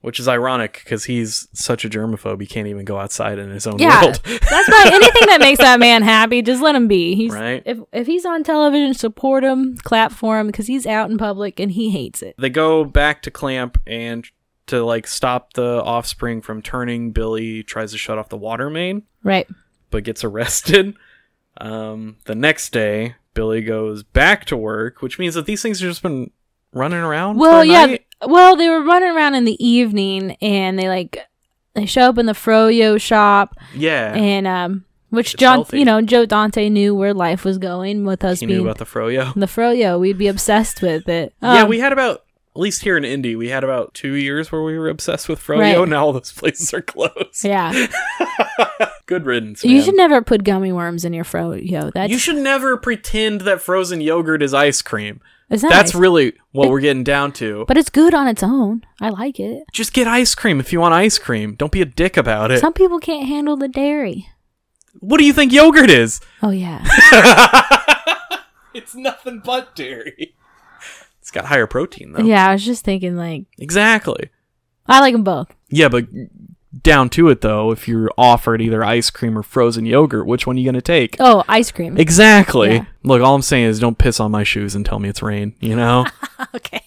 D: Which is ironic because he's such a germaphobe, he can't even go outside in his own
C: Yeah.
D: world.
C: That's why anything that makes that man happy, just let him be. He's
D: Right.
C: if if he's on television, support him, clap for him because he's out in public and he hates it.
D: they go back to Clamp and to like stop the offspring from turning, Billy tries to shut off the water main,
C: Right.
D: but gets arrested. Um, the next day, Billy goes back to work, which means that these things have just been running around.
C: Well,
D: for a
C: yeah.
D: night.
C: Well, they were running around in the evening and they like they show up in the Froyo shop
D: yeah.
C: and um which
D: It's
C: John
D: healthy.
C: you know, Joe Dante knew where life was going with us
D: he
C: being
D: knew about the froyo.
C: the Froyo. We'd be obsessed with it.
D: yeah,
C: Um,
D: we had about at least here in Indy, we had about two years where we were obsessed with froyo.
C: Right.
D: Now all those places are closed.
C: Yeah.
D: Good riddance.
C: You
D: man.
C: should never put gummy worms in your Froyo. That's
D: you should never pretend that frozen yogurt is ice cream.
C: it's not
D: That's
C: ice-
D: really what we're getting down to.
C: but it's good on its own. I like it.
D: Just get ice cream if you want ice cream. Don't be a dick about it.
C: Some people can't handle the dairy.
D: what do you think yogurt is?
C: Oh yeah.
D: it's nothing but dairy. It's got higher protein though.
C: Yeah, I was just thinking like
D: Exactly.
C: I like them both.
D: Yeah, but down to it though, if you're offered either ice cream or frozen yogurt, which one are you going to take?
C: Oh, ice cream.
D: Exactly.
C: Yeah.
D: Look, all I'm saying is don't piss on my shoes and tell me it's rain, you know?
C: okay.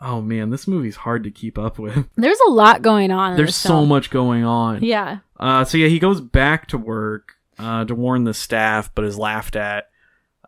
D: oh man, this movie's hard to keep up with.
C: There's a lot going on. in
D: There's
C: this
D: so
C: film.
D: much going on.
C: Yeah.
D: Uh, so yeah, he goes back to work uh, to warn the staff, but is laughed at.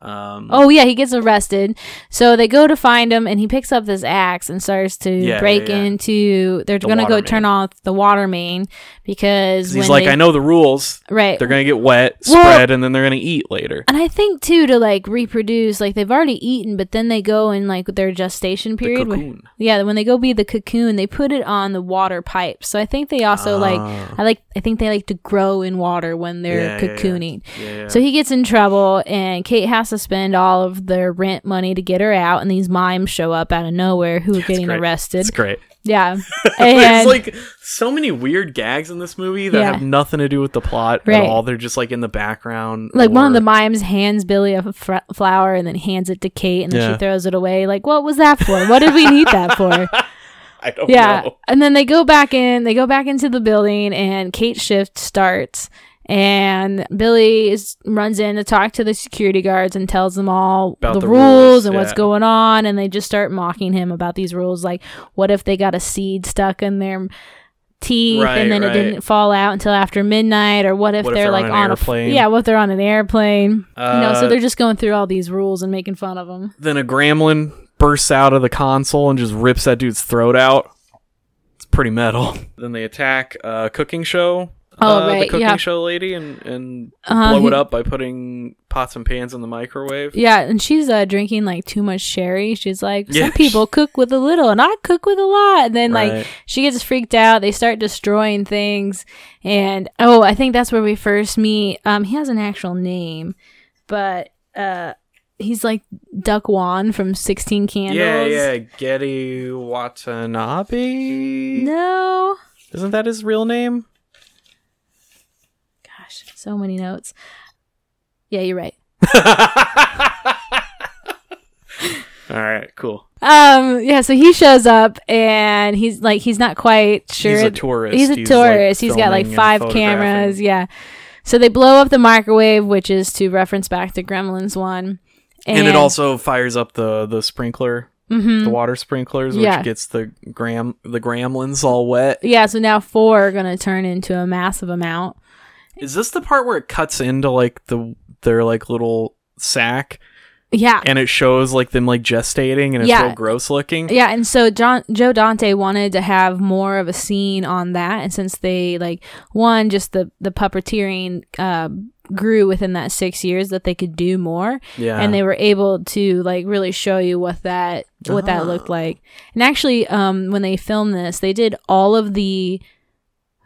D: Um,
C: Oh yeah, he gets arrested. So they go to find him, and he picks up this axe and starts to
D: Yeah,
C: break
D: yeah, yeah.
C: into. They're
D: The
C: gonna go
D: water
C: turn
D: main.
C: off the water main because
D: 'cause he's
C: when
D: like,
C: they-
D: I know the rules.
C: right.
D: They're gonna get wet,
C: Well-
D: spread, and then they're gonna eat later.
C: and I think too to like reproduce, like they've already eaten, but then they go in like their gestation period. where-
D: cocoon.
C: yeah, when they go be the cocoon, they put it on the water pipe. So I think they also like
D: Ah.
C: I like I think they like to grow in water when
D: Yeah,
C: they're
D: yeah, yeah.
C: cocooning.
D: Yeah.
C: So he gets in trouble, and Kate has to spend all of their rent money to get her out. And these mimes show up out of nowhere who are getting
D: great.
C: arrested.
D: it's great.
C: Yeah,
D: There's
C: and
D: like so many weird gags in this movie that
C: Yeah.
D: have nothing to do with the plot
C: Right.
D: at all. They're just like in the background.
C: like one
D: or-
C: of the mimes hands Billy a fr- flower and then hands it to Kate, and then
D: Yeah.
C: she throws it away. Like, what was that for? What did we need that for?
D: I don't
C: yeah,
D: know.
C: and then they go back in. They go back into the building, and Kate's shift starts. And Billy is, runs in to talk to the security guards and tells them all
D: About
C: the,
D: the
C: rules,
D: rules,
C: and what's
D: yeah.
C: going on. And they just start mocking him about these rules. Like, what if they got a seed stuck in their teeth
D: Right,
C: and then
D: right.
C: it didn't fall out until after midnight? Or what if,
D: What if
C: they're,
D: they're on
C: like
D: an
C: on, a
D: airplane?
C: yeah, what if they're on an airplane? you know,
D: Uh,
C: so they're just going through all these rules and making fun of them.
D: Then a gremlin bursts out of the console and just rips that dude's throat out. It's pretty metal. Then they attack a cooking show.
C: Oh,
D: uh, The
C: right,
D: cooking
C: yeah.
D: show lady and, and
C: Uh-huh,
D: blow it
C: he-
D: up by putting pots and pans in the microwave.
C: Yeah, and she's uh, drinking like too much sherry. She's like,
D: Yeah.
C: some people cook with a little, and I cook with a lot. And then
D: Right.
C: like she gets freaked out. They start destroying things, and oh, I think that's where we first meet. Um, he has an actual name, but uh, he's like Duck Wan from Sixteen Candles.
D: Yeah, yeah. Getty Watanabe?
C: No,
D: Isn't that his real name?
C: gosh, so many notes. Yeah, you're right.
D: All right, cool.
C: Um, yeah, so he shows up and he's like he's not quite sure.
D: He's a tourist.
C: He's a
D: He's, like,
C: tourist. he's got like
D: filming and
C: five
D: photographing.
C: cameras, yeah. So they blow up the microwave, which is to reference back to Gremlins one.
D: And, Mm-hmm. it also fires up the the sprinkler, the water sprinklers, which
C: Yeah.
D: gets the gram the gremlins all wet.
C: Yeah, so now four are gonna turn into a massive amount.
D: Is this the part where it cuts into like the their like little sack
C: Yeah.
D: and it shows like them like gestating and it's
C: Yeah.
D: real gross looking?
C: Yeah, and so John Joe Dante wanted to have more of a scene on that, and since they like one just the the puppeteering uh, grew within that six years, that they could do more,
D: Yeah.
C: and they were able to like really show you what that what that
D: Ah.
C: looked like. And actually, um, when they filmed this, they did all of the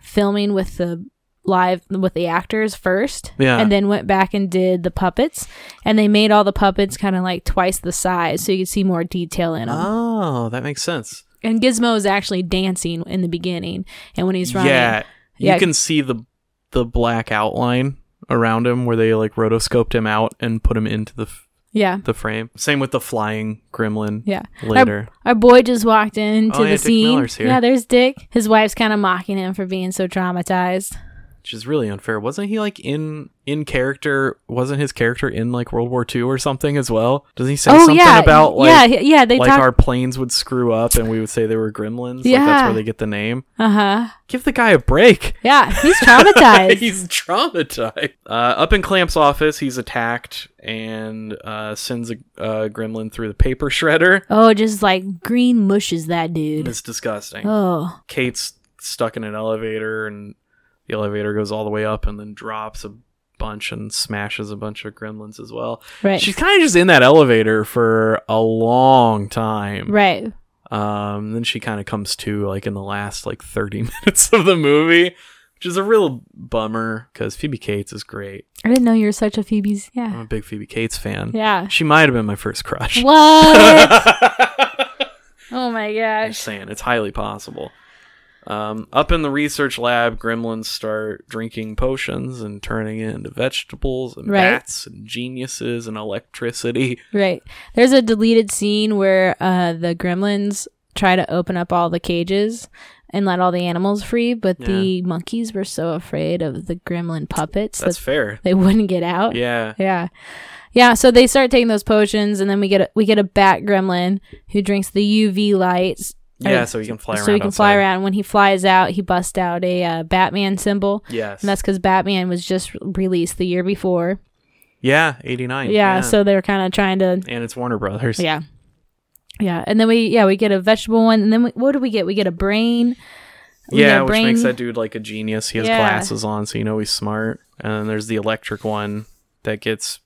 C: filming with the live with the actors first
D: Yeah.
C: and then went back and did the puppets and they
D: Ah.
C: made all the puppets kind of like twice the size so you could see more detail in them
D: Oh, that makes sense.
C: and Gizmo is actually dancing in the beginning, and when he's running,
D: yeah,
C: Yeah.
D: you can see the the black outline around him where they like rotoscoped him out and put him into the f-
C: yeah,
D: the frame. Same with the flying gremlin.
C: yeah.
D: Later,
C: Our boy just walked into
D: Oh,
C: the
D: yeah, Dick
C: scene.
D: Miller's here.
C: Yeah, there's Dick. His wife's kind of mocking him for being so traumatized.
D: which is really unfair. Wasn't he like in in character? Wasn't his character in like World War II or something as well? Doesn't he say
C: oh
D: something
C: yeah,
D: about like
C: yeah, he- yeah. They
D: like
C: talk.
D: our planes would screw up and we would say they were gremlins? Like that's
C: Yeah.
D: where they get the name.
C: uh huh.
D: Give the guy a break.
C: Yeah, he's traumatized.
D: he's traumatized. Uh, up in Clamp's office, he's attacked and uh, sends a uh, gremlin through the paper shredder.
C: oh, just like green mushes that dude.
D: It's disgusting.
C: Oh,
D: Kate's stuck in an elevator, and the elevator goes all the way up and then drops a bunch and smashes a bunch of gremlins as well.
C: right,
D: She's kind of just in that elevator for a long time.
C: right.
D: Um, then she kind of comes to like in the last like 30 minutes of the movie, which is a real bummer because Phoebe Cates is great.
C: I didn't know you were such a Phoebe's.
D: I'm
C: Yeah,
D: a big Phoebe Cates fan.
C: yeah.
D: She might have been my first crush.
C: What? oh my
D: I'm
C: gosh.
D: saying it's highly possible. Um, up in the research lab, gremlins start drinking potions and turning it into vegetables and
C: Right.
D: bats and geniuses and electricity.
C: Right. There's a deleted scene where uh, the gremlins try to open up all the cages and let all the animals free, but the monkeys were so afraid of the gremlin puppets
D: That's
C: that
D: fair.
C: they wouldn't get out.
D: Yeah.
C: Yeah. Yeah, so they start taking those potions and then we get a, we get a bat gremlin who drinks the UV lights
D: Yeah, so he can fly around.
C: so he can fly
D: outside.
C: around. When he flies out, he busts out a uh, Batman symbol.
D: Yes.
C: And that's cuz Batman was just released the year before.
D: yeah, 89.
C: Yeah, so they're kind of trying to
D: And it's Warner Brothers.
C: yeah. Yeah, and then we yeah we get a vegetable one, and then we, what do we get? We get a brain. We get
D: Yeah,
C: a
D: which makes that dude like a genius. He has
C: Yeah.
D: glasses on, so you know he's smart. And then there's the electric one that gets.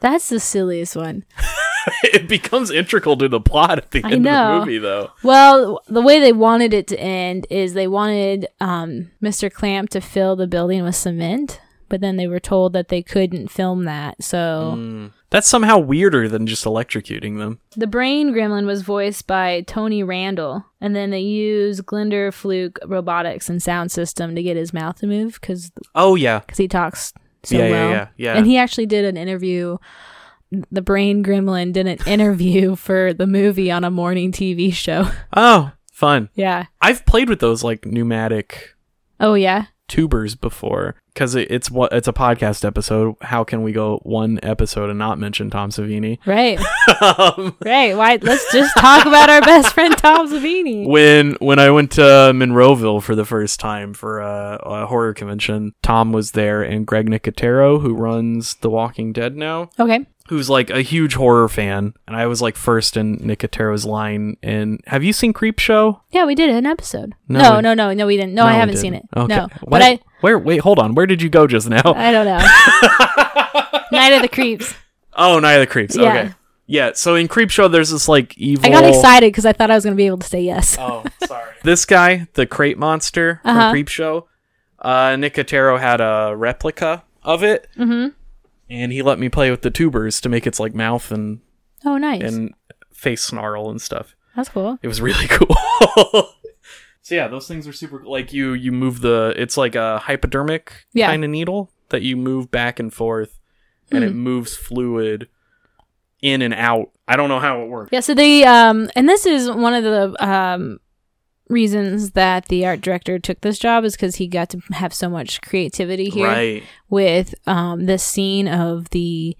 C: That's the silliest one.
D: it becomes integral to the plot at the
C: I
D: end
C: know.
D: of the movie, though.
C: Well, the way they wanted it to end is they wanted um, Mr. Clamp to fill the building with cement, but then they were told that they couldn't film that. So
D: Mm. That's somehow weirder than just electrocuting them.
C: the brain gremlin was voiced by Tony Randall, and then they used Glinder Fluke robotics and sound system to get his mouth to move because
D: Oh yeah,
C: because he talks so
D: Yeah, yeah,
C: well.
D: yeah, yeah.
C: And he actually did an interview. The Brain Gremlin did an interview for the movie on a morning TV show.
D: Oh, fun.
C: yeah.
D: I've played with those like pneumatic
C: Oh yeah.
D: tubers before because it, it's what it's a podcast episode. How can we go one episode and not mention Tom Savini?
C: Right.
D: Um,
C: right. Why? Let's just talk about our best friend Tom Savini.
D: When when I went to Monroeville for the first time for a, a horror convention, Tom was there and Greg Nicotero, who runs The Walking Dead now,
C: Okay.
D: who's like a huge horror fan, and I was like first in Nicotero's line. And have you seen Creep Show?
C: Yeah, we did an episode.
D: No,
C: No,
D: we-
C: no, no, no, we didn't. No, Oh, I haven't seen it. No,
D: What?
C: but I,
D: Where? Wait, hold on. Where did you go just now?
C: I don't know. Night of the Creeps.
D: Oh, Night of the Creeps.
C: Yeah.
D: Okay. Yeah. So in Creepshow, there's this like evil.
C: I got excited because I thought I was going to be able to say yes.
D: Oh, sorry. this guy, the crate monster from
C: Uh-huh.
D: Creepshow, uh, Nicotero had a replica of it, mm-hmm. and he let me play with the tubers to make its like mouth and
C: Oh, nice.
D: and face snarl and stuff.
C: That's cool.
D: It was really cool. so yeah, those things are super. Like you, you move the. It's like a hypodermic
C: Yeah.
D: kind of needle that you move back and forth, and
C: Hmm.
D: it moves fluid in and out. I don't know how it works.
C: Yeah, so they um and this is one of the um reasons that the art director took this job is cuz he got to have so much creativity here
D: Right.
C: with um this scene of the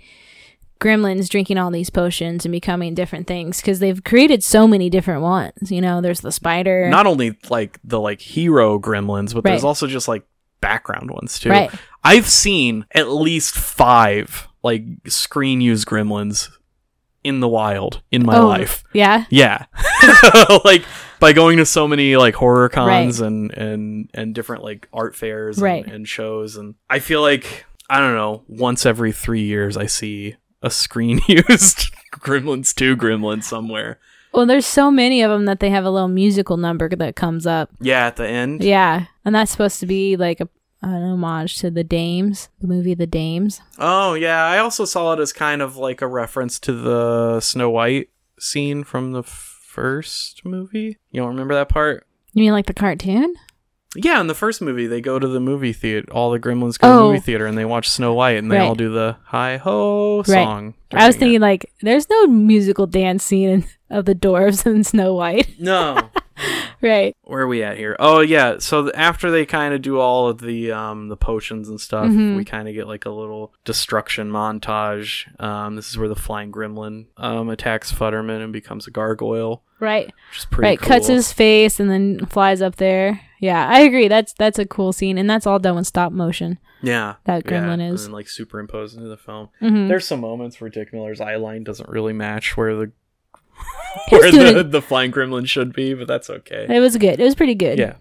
C: gremlins drinking all these potions and becoming different things cuz they've created so many different ones, you know, there's the spider.
D: Not only like the like hero gremlins, but there's
C: Right.
D: also just like background ones too.
C: Right.
D: I've seen at least five like screen use gremlins in the wild in my
C: Oh,
D: life.
C: Yeah.
D: Yeah. like by going to so many like horror cons and and and different like art fairs and,
C: Right.
D: and shows and I feel like I don't know, once every 3 years I see a screen used Gremlins 2 Gremlins somewhere.
C: Well, there's so many of them that they have a little musical number that comes up.
D: Yeah, at the end.
C: Yeah. And that's supposed to be like a an homage to the Dames, the movie The Dames.
D: Oh, yeah, I also saw it as kind of like a reference to the Snow White scene from the f- first movie. You don't remember that part?
C: You mean like the cartoon?
D: Yeah, in the first movie, they go to the movie theater. All the gremlins go to the
C: Oh.
D: movie theater and they watch Snow White and they
C: Right.
D: all do the hi ho
C: Right.
D: song.
C: I was
D: during
C: thinking like there's no musical dance scene in, of the dwarves in Snow White,
D: it. No.
C: right?
D: Where are we at here? Oh, yeah. So th- after they kind of do all of the um, the potions and stuff,
C: Mhm.
D: we kind of get like a little destruction montage. Um, this is where the flying gremlin um, attacks Futterman and becomes a gargoyle,
C: Right.
D: which is pretty
C: right.
D: cool.
C: Cuts his face and then flies up there. Yeah, I agree. That's that's a cool scene, and that's all done with stop motion.
D: yeah
C: that
D: yeah,
C: gremlin
D: and
C: is.
D: then, like superimposed into the film.
C: Mhm.
D: There's some moments where Dick Miller's eye line doesn't really match where the
C: He was
D: where
C: doing
D: the,
C: it.
D: the flying gremlin should be, but that's okay.
C: It was good. It was pretty good.
D: Yeah.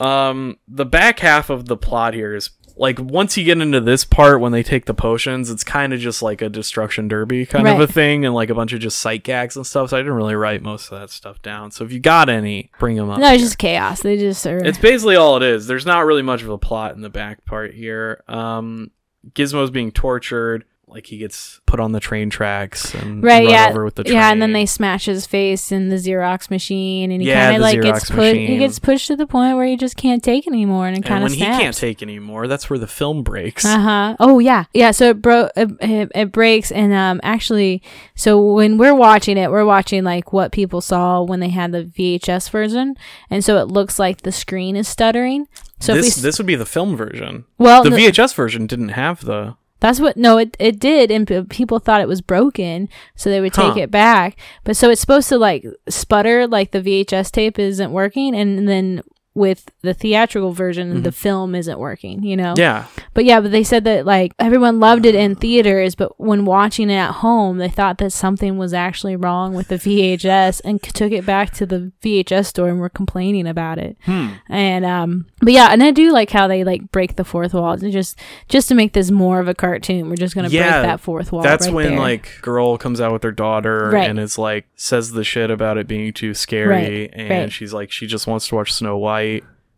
D: Um, the back half of the plot here is like once you get into this part when they take the potions, it's kind of just like a destruction derby kind of
C: Right.
D: a thing, and like a bunch of just sight gags and stuff. So I didn't really write most of that stuff down. So if you got any, bring them up.
C: No, it's
D: here.
C: just chaos. They just are.
D: It's basically all it is. There's not really much of a plot in the back part here. Um, Gizmo's being tortured, like he gets put on the train tracks and
C: right.
D: run
C: Yeah.
D: over with the train.
C: yeah, and then they smash his face in the Xerox machine, and he
D: Yeah,
C: kind of
D: the
C: like gets
D: Xerox
C: pushed. He
D: machine.
C: gets pushed to the point where he just can't take anymore, and it
D: and
C: kind
D: when
C: of
D: he can't
C: snaps.
D: take anymore, that's where the film breaks.
C: Uh huh. Oh yeah, yeah. So it broke. It, it, it breaks, and um, actually, so when we're watching it, we're watching like what people saw when they had the VHS version, and so it looks like the screen is stuttering. So
D: this
C: if we, s-
D: this would be the film version.
C: well,
D: the
C: no-
D: VHS version didn't have the.
C: That's what no, it it did, and p- people thought it was broken, so they would take
D: Huh.
C: it back. But so it's supposed to like sputter, like the VHS tape isn't working, and then with the theatrical version, the
D: Mm-hmm.
C: film isn't working. You know,
D: Yeah,
C: But yeah, but they said that like everyone loved it in theaters, but when watching it at home, they thought that something was actually wrong with the VHS and c- took it back to the VHS store and were complaining about it.
D: Hmm.
C: And um, but yeah, and I do like how they like break the fourth wall They just just to make this more of a cartoon. We're just gonna
D: yeah.
C: break that fourth wall.
D: That's
C: right
D: when
C: there.
D: like girl comes out with her daughter
C: Right.
D: and is like says the shit about it being too scary,
C: Right,
D: and
C: right.
D: she's like she just wants to watch Snow White,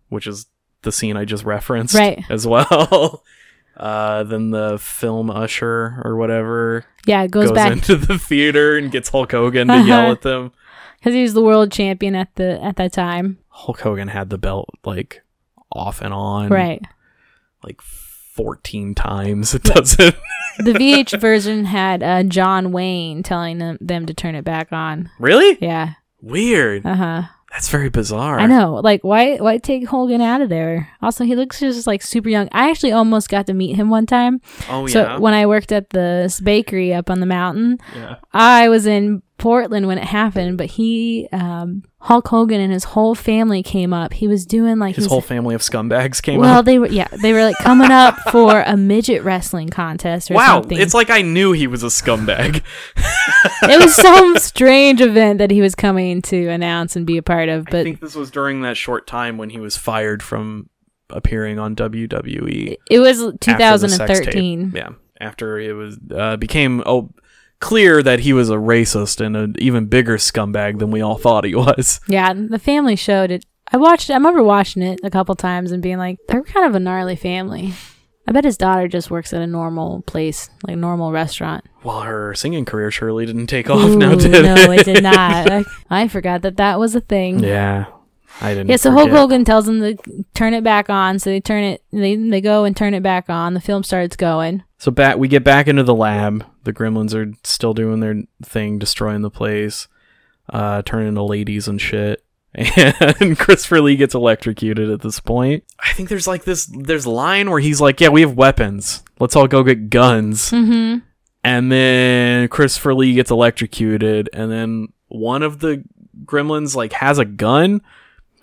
D: which is the scene I just referenced
C: Right.
D: as well. Uh, then the film usher or whatever
C: yeah, it goes,
D: goes
C: back
D: into the theater and gets Hulk Hogan to
C: Uh-huh.
D: yell at them.
C: because he was the world champion at the at that time,
D: Hulk Hogan had the belt like off and on,
C: right?
D: like 14 times. It doesn't.
C: The VH version had uh, John Wayne telling them, them to turn it back on.
D: really?
C: Yeah.
D: Weird.
C: Uh huh.
D: That's very bizarre.
C: I know. Like, why why take Hogan out of there? Also, he looks just like super young. I actually almost got to meet him one time.
D: Oh,
C: so
D: yeah.
C: when I worked at this bakery up on the mountain, I was in Portland when it happened. But he, um, Hulk Hogan, and his whole family came up. He was doing like
D: His
C: he's-
D: whole family of scumbags came
C: well,
D: up.
C: they were yeah, they were like coming up for a midget wrestling contest or
D: Wow.
C: something.
D: It's like I knew he was a scumbag.
C: it was some strange event that he was coming to announce and be a part of.
D: I
C: But
D: think this was during that short time when he was fired from appearing on WWE.
C: it was
D: after the sex tape.
C: 2013.
D: Yeah. After it was uh, became oh clear that he was a racist and an even bigger scumbag than we all thought he was.
C: Yeah, and the family showed it. I watched. I remember watching it a couple times and being like, "They're kind of a gnarly family." I bet his daughter just works at a normal place, like normal restaurant.
D: Well, her singing career surely didn't take off
C: Ooh,
D: now, did
C: no,
D: it?
C: it did not. I, I forgot that that was a thing. Yeah,
D: Yeah, I didn't.
C: so Hulk
D: forget.
C: Hogan tells them to turn it back on. So they turn it. They they go and turn it back on. The film starts going.
D: So back, we get back into the lab. The gremlins are still doing their thing, destroying the place, uh, turning into ladies and shit. And Christopher Lee gets electrocuted at this point. I think there's like this there's line where he's like, "Yeah, we have weapons. Let's all go get guns."
C: Mm-hmm.
D: And then Christopher Lee gets electrocuted, and then one of the gremlins like has a gun,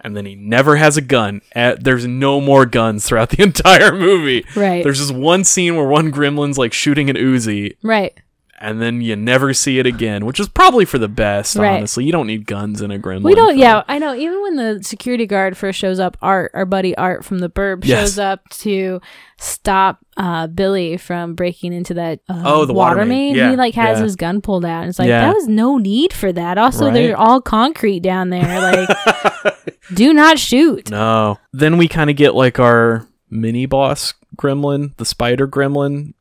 D: and then he never has a gun. Uh, there's no more guns throughout the entire movie.
C: Right.
D: There's just one scene where one gremlin's like shooting an Uzi,
C: Right.
D: and then you never see it again, which is probably for the best.
C: Right.
D: Honestly, you don't need guns in a gremlin.
C: We don't.
D: film.
C: Yeah, I know. Even when the security guard first shows up, Art, our buddy Art from the Burb,
D: Yes.
C: shows up to stop uh, Billy from breaking into that. Uh,
D: Oh, the water main. Yeah,
C: He like has
D: yeah.
C: his gun pulled out. It's like
D: Yeah.
C: that was no need for that. Also,
D: Right.
C: they're all concrete down there. Like, do not shoot.
D: No. Then we kind of get like our mini boss gremlin, the spider gremlin,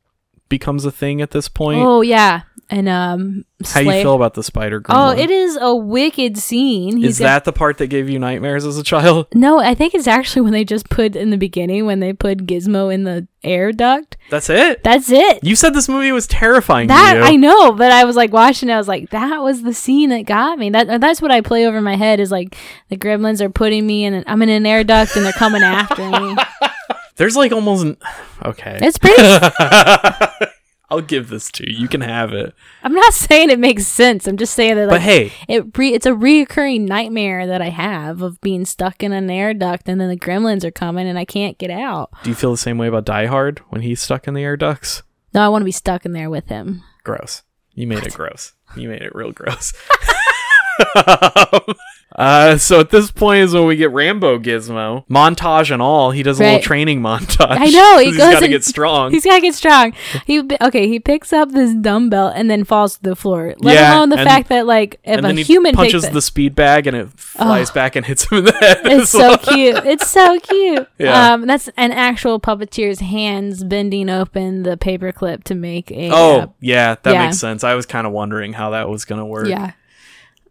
D: becomes a thing at this point.
C: Oh yeah, and um,
D: How do you
C: Slay-
D: feel about the spider
C: Oh,
D: gremlin?
C: it is a wicked scene.
D: Is
C: got-
D: that the part that gave you nightmares as a child?
C: no? I think it's actually when they just put in the beginning when they put Gizmo in the air duct.
D: That's it.
C: That's it.
D: you said this movie was terrifying. to
C: That
D: you.
C: I know, but I was like watching. it, I was like, that was the scene that got me. That that's what I play over my head is like the gremlins are putting me in. An, I'm in an air duct and they're coming after me.
D: There's like almost an okay.
C: It's pretty.
D: I'll give this to you. You can have it.
C: I'm not saying it makes sense. I'm just saying that. Like,
D: but hey,
C: it re- it's a reoccurring nightmare that I have of being stuck in an air duct and then the gremlins are coming and I can't get out.
D: do you feel the same way about Die Hard when he's stuck in the air ducts?
C: No, I want to be stuck in there with him.
D: Gross. You made it gross. You made it real gross. Um, uh, so at this point is when we get Rambo Gizmo montage and all. He does a little
C: Right.
D: training montage.
C: I know
D: 'cause
C: he
D: he's
C: goes.
D: got to
C: and-
D: get strong.
C: He's got to get strong. He b- okay. He picks up this dumbbell and then falls to the floor. Let
D: Yeah,
C: alone the
D: and-
C: fact that like if
D: and
C: a
D: then he
C: human
D: punches
C: picks
D: the speed bag and it flies back and hits him in the head.
C: It's so cute. It's so cute.
D: Yeah.
C: Um, that's an actual puppeteer's hands bending open the paperclip to make a. uh,
D: Oh, yeah, that
C: Yeah.
D: makes sense. I was kind of wondering how that was going to work.
C: Yeah.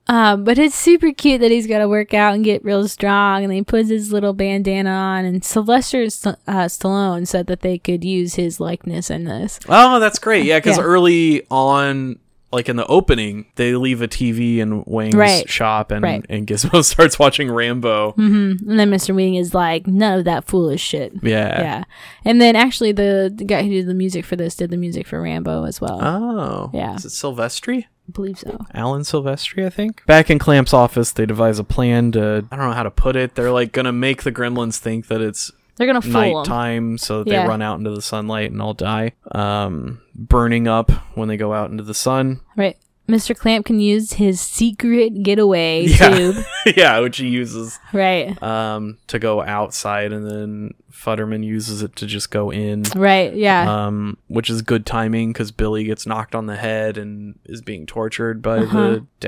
C: Um, but it's super cute that he's got to work out and get real strong, and he puts his little bandana on. And Sylvester St- uh, Stallone said that they could use his likeness in this.
D: Oh, that's great. Yeah, because
C: Yeah.
D: early on, like in the opening, they leave a TV in Wayne's
C: Right.
D: shop, and
C: Right. Mm-hmm.
D: and Gizmo starts watching Rambo.
C: And then Mr. Wing is like, "None of that foolish shit."
D: Yeah.
C: Yeah. And then actually, the, the guy who did the music for this did the music for Rambo as well.
D: Oh.
C: Yeah.
D: Is it Silvestri?
C: I believe so.
D: Alan Silvestri, I think. Back in Clamp's office, they devise a plan to I don't know how to put it. They're like gonna make the gremlins think that it's
C: They're gonna fool him.
D: nighttime so that
C: Yeah.
D: they run out into the sunlight and all die. Um burning up when they go out into the sun.
C: Right. Mr. Clamp can use his secret getaway
D: Yeah.
C: tube.
D: yeah, which he uses
C: Right.
D: um, to go outside, and then Futterman uses it to just go in,
C: Right. Yeah.
D: um, which is good timing because Billy gets knocked on the head and is being tortured by
C: Uh-huh.
D: the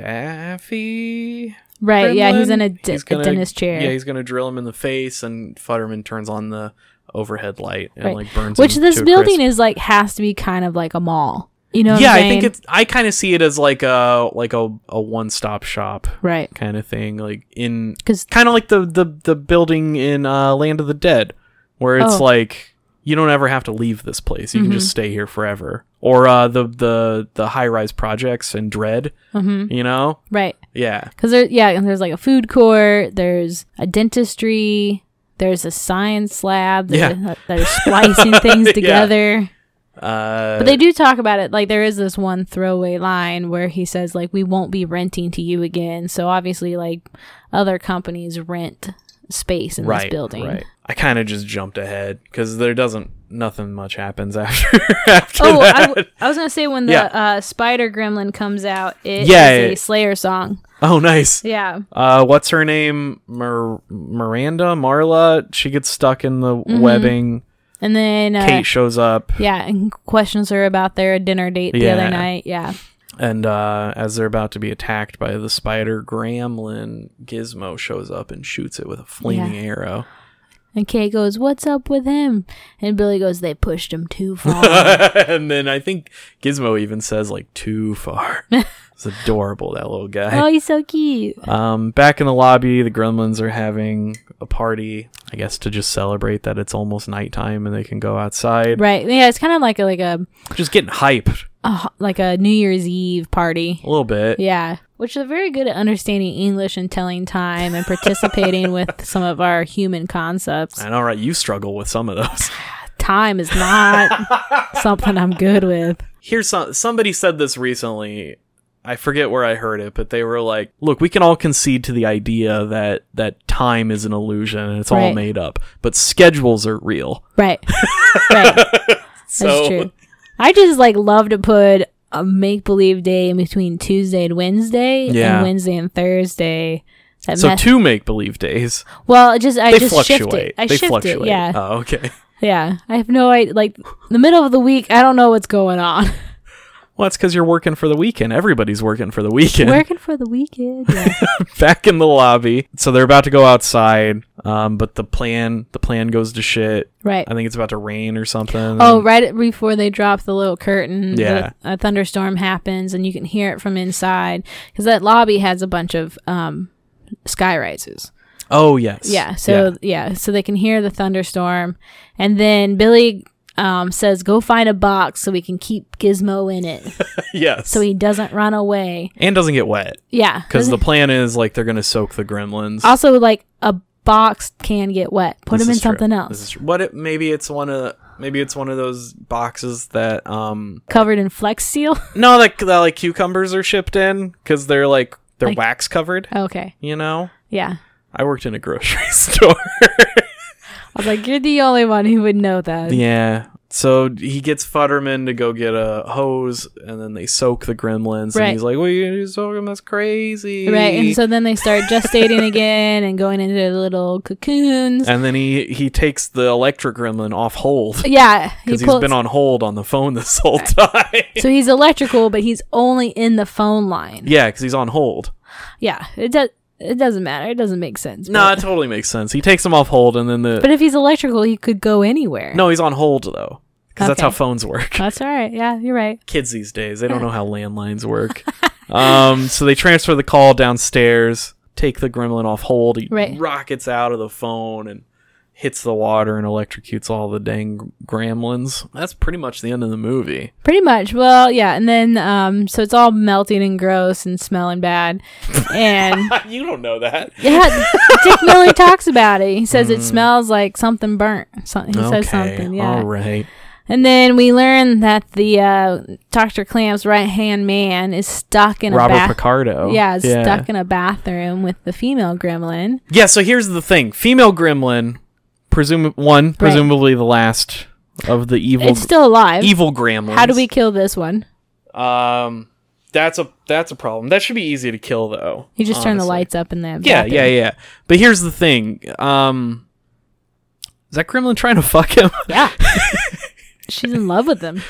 D: Daffy.
C: right. Yeah. He's
D: gremlin.
C: in a, d-
D: He's
C: a
D: gonna-
C: dentist chair.
D: Yeah, he's gonna drill him in the face, and Futterman turns on the overhead light and
C: Right.
D: like burns.
C: Which
D: him
C: this
D: to a
C: building
D: crisp.
C: is like has to be kind of like a mall. You know? what
D: yeah,
C: I'm
D: I think
C: saying?
D: it's. I kind of see it as like a like a, a one stop shop
C: right.
D: kind of thing, like in
C: 'Cause-
D: kind of like the the the building in uh, Land of the Dead, where it's
C: Oh. Mm-hmm.
D: like you don't ever have to leave this place; you can just stay here forever. Or uh, the the the high rise projects in Dread,
C: Mm-hmm.
D: you know,
C: Right.
D: yeah,
C: Because there, yeah, and there's like a food court. There's a dentistry. There's a science lab. There's
D: Yeah.
C: that are splicing things
D: Yeah.
C: together.
D: uh,
C: But they do talk about it. Like there is this one throwaway line where he says like we won't be renting to you again. So obviously like other companies rent space in this
D: right,
C: building.
D: right. I kind of just jumped ahead because there doesn't nothing much happens after after
C: Oh,
D: that.
C: I, w- I was gonna say when the
D: Yeah.
C: uh, Spider Gremlin comes out, it is
D: Yeah, yeah.
C: a Slayer song.
D: oh, nice.
C: Yeah,
D: Uh, what's her name? Mir- Miranda, Marla. She gets stuck in the
C: Mm-hmm.
D: webbing.
C: and then uh,
D: Kate shows up.
C: yeah, and questions her about their dinner date the
D: Yeah.
C: other night. Yeah,
D: And uh, as they're about to be attacked by the spider gremlin, Gizmo shows up and shoots it with a flaming arrow.
C: and Kate goes, "What's up with him?" And Billy goes, "They pushed him too far."
D: and then I think Gizmo even says, like, too far. it's adorable, that little
C: oh,
D: guy.
C: he's so cute.
D: Um, back in the lobby, the gremlins are having a party, I guess, to just celebrate that it's almost nighttime and they can go outside.
C: Right? Yeah, it's kind of like a like a
D: Just getting hyped
C: a ho- like a New Year's Eve party.
D: a little bit.
C: Yeah, which are very good at understanding English and telling time and participating with some of our human concepts.
D: I know, right? You struggle with some of those.
C: Time is not something I'm good with.
D: here's some somebody said this recently i forget where i heard it but they were like look we can all concede to the idea that that time is an illusion and it's all
C: Right.
D: made up but schedules are real
C: Right. Right.
D: so
C: That's true. I just like love to put a make believe day in between Tuesday and Wednesday
D: Yeah.
C: and Wednesday and Thursday. That
D: so
C: mess-
D: two make believe days
C: well, it just I
D: they
C: just shift
D: fluctuate
C: it. I
D: they
C: shift
D: fluctuate
C: it. Yeah.
D: oh okay
C: yeah. I have no idea like the middle of the week, I don't know what's going on.
D: well that's because you're working for the weekend everybody's working for the weekend
C: Working for the weekend. Yeah.
D: back in the lobby so they're about to go outside Um, but the plan the plan goes to shit.
C: Right.
D: I think it's about to rain or something.
C: Oh, right before they drop the little curtain, the-
D: Yeah.
C: a thunderstorm happens and you can hear it from inside because that lobby has a bunch of um, sky rises.
D: Oh yes.
C: Yeah, so yeah. so they can hear the thunderstorm, and then Billy um, says, "Go find a box so we can keep Gizmo in it,
D: yes.
C: so he doesn't run away."
D: and doesn't get wet
C: Yeah,
D: because the plan is like they're gonna soak the gremlins.
C: also like a box can get wet. Put
D: This
C: him in
D: is true.
C: something
D: This
C: else
D: is true. What it, maybe it's one of maybe it's one of those boxes that um
C: covered in Flex Seal.
D: no that, that like cucumbers are shipped in because they're like they're
C: Like- Oh.
D: wax covered.
C: okay,
D: You know,
C: yeah.
D: I worked in a grocery store.
C: I was like, "You're the only one who would know that."
D: yeah. So he gets Futterman to go get a hose, and then they soak the gremlins.
C: Right.
D: And he's like, "What are you gonna do? Soak 'em? That's crazy."
C: Right, and so then they start gestating again and going into their little cocoons.
D: And then he he takes the electric gremlin off hold
C: yeah, he
D: because he's been on hold on the phone this whole time.
C: so he's electrical, but he's only in the phone line.
D: yeah, because he's on hold.
C: Yeah, it does. It doesn't matter. It doesn't make sense.
D: No, it
C: but,
D: totally makes sense. He takes him off hold, and then the
C: but if he's electrical, he could go anywhere.
D: no, he's on hold though because that's
C: Okay.
D: how phones work.
C: that's all right. Yeah, you're right.
D: Kids these days they don't know how landlines work. um, so they transfer the call downstairs, take the gremlin off hold. He
C: Right.
D: rockets out of the phone and hits the water and electrocutes all the dang gremlins. That's pretty much the end of the movie.
C: Pretty much. Well, yeah, and then um, so it's all melting and gross and smelling bad, and
D: you don't know that.
C: yeah, Dick Miller talks about it. He says it smells like something burnt. So, he
D: Hmm. okay.
C: says something. Yeah.
D: All right.
C: And then we learn that the uh, Dr. Clamp's right hand man is stuck in
D: Robert
C: a bath-
D: Picardo.
C: Yeah, is stuck in a bathroom with the female gremlin.
D: Yeah, so here's the thing. Female gremlin, presume one, presumably the last of the evil
C: It's still alive.
D: evil gremlins.
C: How do we kill this one?
D: um that's a that's a problem. That should be easy to kill though.
C: You just turn the
D: honestly.
C: lights up in the
D: Yeah,
C: bathroom.
D: yeah, yeah. But here's the thing. Um Is that gremlin trying to fuck him?
C: Yeah. She's in love with him.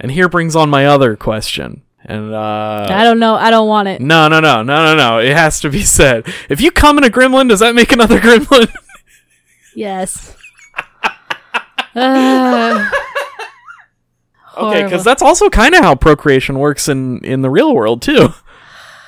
D: And here brings on my other question. And uh
C: I don't know. I don't want it.
D: no, no, no, no, no, no. It has to be said. If you come in a gremlin, does that make another gremlin?
C: Yes. Ugh.
D: Okay,
C: Horrible.
D: because that's also kind of how procreation works in in the real world too.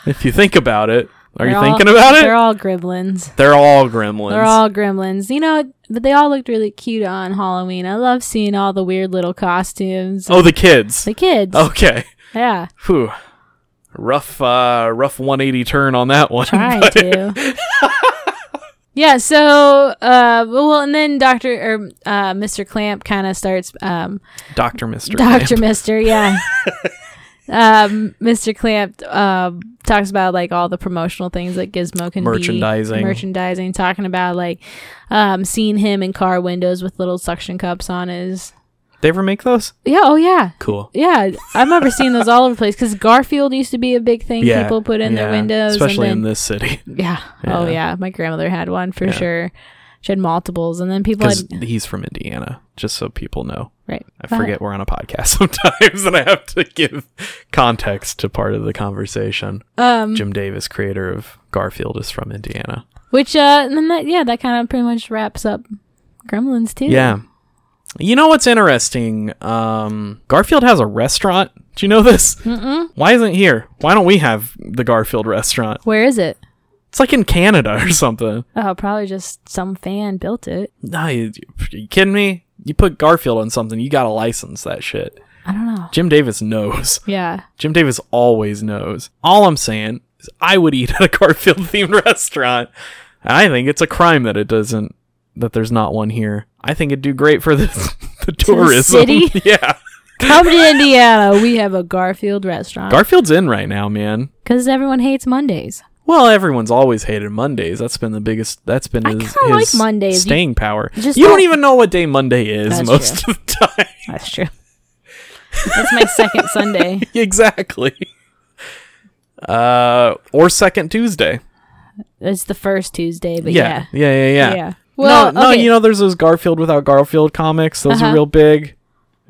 D: If you think about it, are you
C: They're
D: thinking
C: all-
D: about it?
C: They're all gremlins.
D: They're all gremlins.
C: They're all gremlins. You know, but they all looked really cute on Halloween. I love seeing all the weird little costumes.
D: oh, the kids.
C: The kids.
D: Okay,
C: Yeah.
D: whew. Rough, uh, rough 180 turn on that one.
C: Try to. yeah, so uh well and then Doctor or uh Mr. Clamp kinda starts um
D: Doctor Mister.
C: Doctor Mister, yeah. um, Mister Clamp um, talks about like all the promotional things that Gizmo can be-
D: Merchandising.
C: merchandising, talking about like um, seeing him in car windows with little suction cups on his.
D: They ever make those?
C: Yeah, oh yeah,
D: Cool.
C: yeah. I remember seeing those all over the place because Garfield used to be a big thing
D: Yeah,
C: people put in their
D: yeah,
C: windows,
D: especially
C: and
D: in
C: then,
D: this city,
C: yeah. Oh
D: Yeah.
C: yeah, my grandmother had one for sure. She had multiples, and then people
D: because
C: had
D: he's from Indiana. Just so people know.
C: right.
D: I forget we're on a podcast sometimes, and I have to give context to part of the conversation.
C: Um,
D: Jim Davis, creator of Garfield, is from Indiana.
C: which uh, and then that yeah, that kind of pretty much wraps up Gremlins too.
D: Yeah. You know what's interesting? Um, Garfield has a restaurant. Do you know this? Mm-mm. Why isn't it here? Why don't we have the Garfield restaurant?
C: Where is it?
D: It's like in Canada or something.
C: Oh, probably just some fan built it.
D: No, you, you kidding me? You put Garfield on something, you gotta license that shit.
C: I don't know.
D: Jim Davis knows.
C: Yeah.
D: Jim Davis always knows. All I'm saying is I would eat at a Garfield themed restaurant. And I think it's a crime that it doesn't that there's not one here. I think it'd do great for the the tourism.
C: city?
D: Yeah.
C: Come to Indiana. We have a Garfield restaurant.
D: Garfield's in right now, man.
C: Because everyone hates Mondays.
D: Well, everyone's always hated Mondays. That's been the biggest. That's been
C: I
D: his,
C: kinda like
D: his
C: Mondays. You
D: staying power.
C: just
D: you don't
C: don't-
D: even know what day Monday is
C: That's
D: most of the time.
C: That's true. That's my second Sunday.
D: exactly. Uh, or second Tuesday.
C: It's the first Tuesday, but
D: Yeah,
C: yeah.
D: yeah, yeah, yeah.
C: Yeah. Well,
D: no, no,
C: okay.
D: you know, there's those Garfield without Garfield comics. Those are
C: Uh-huh.
D: real big,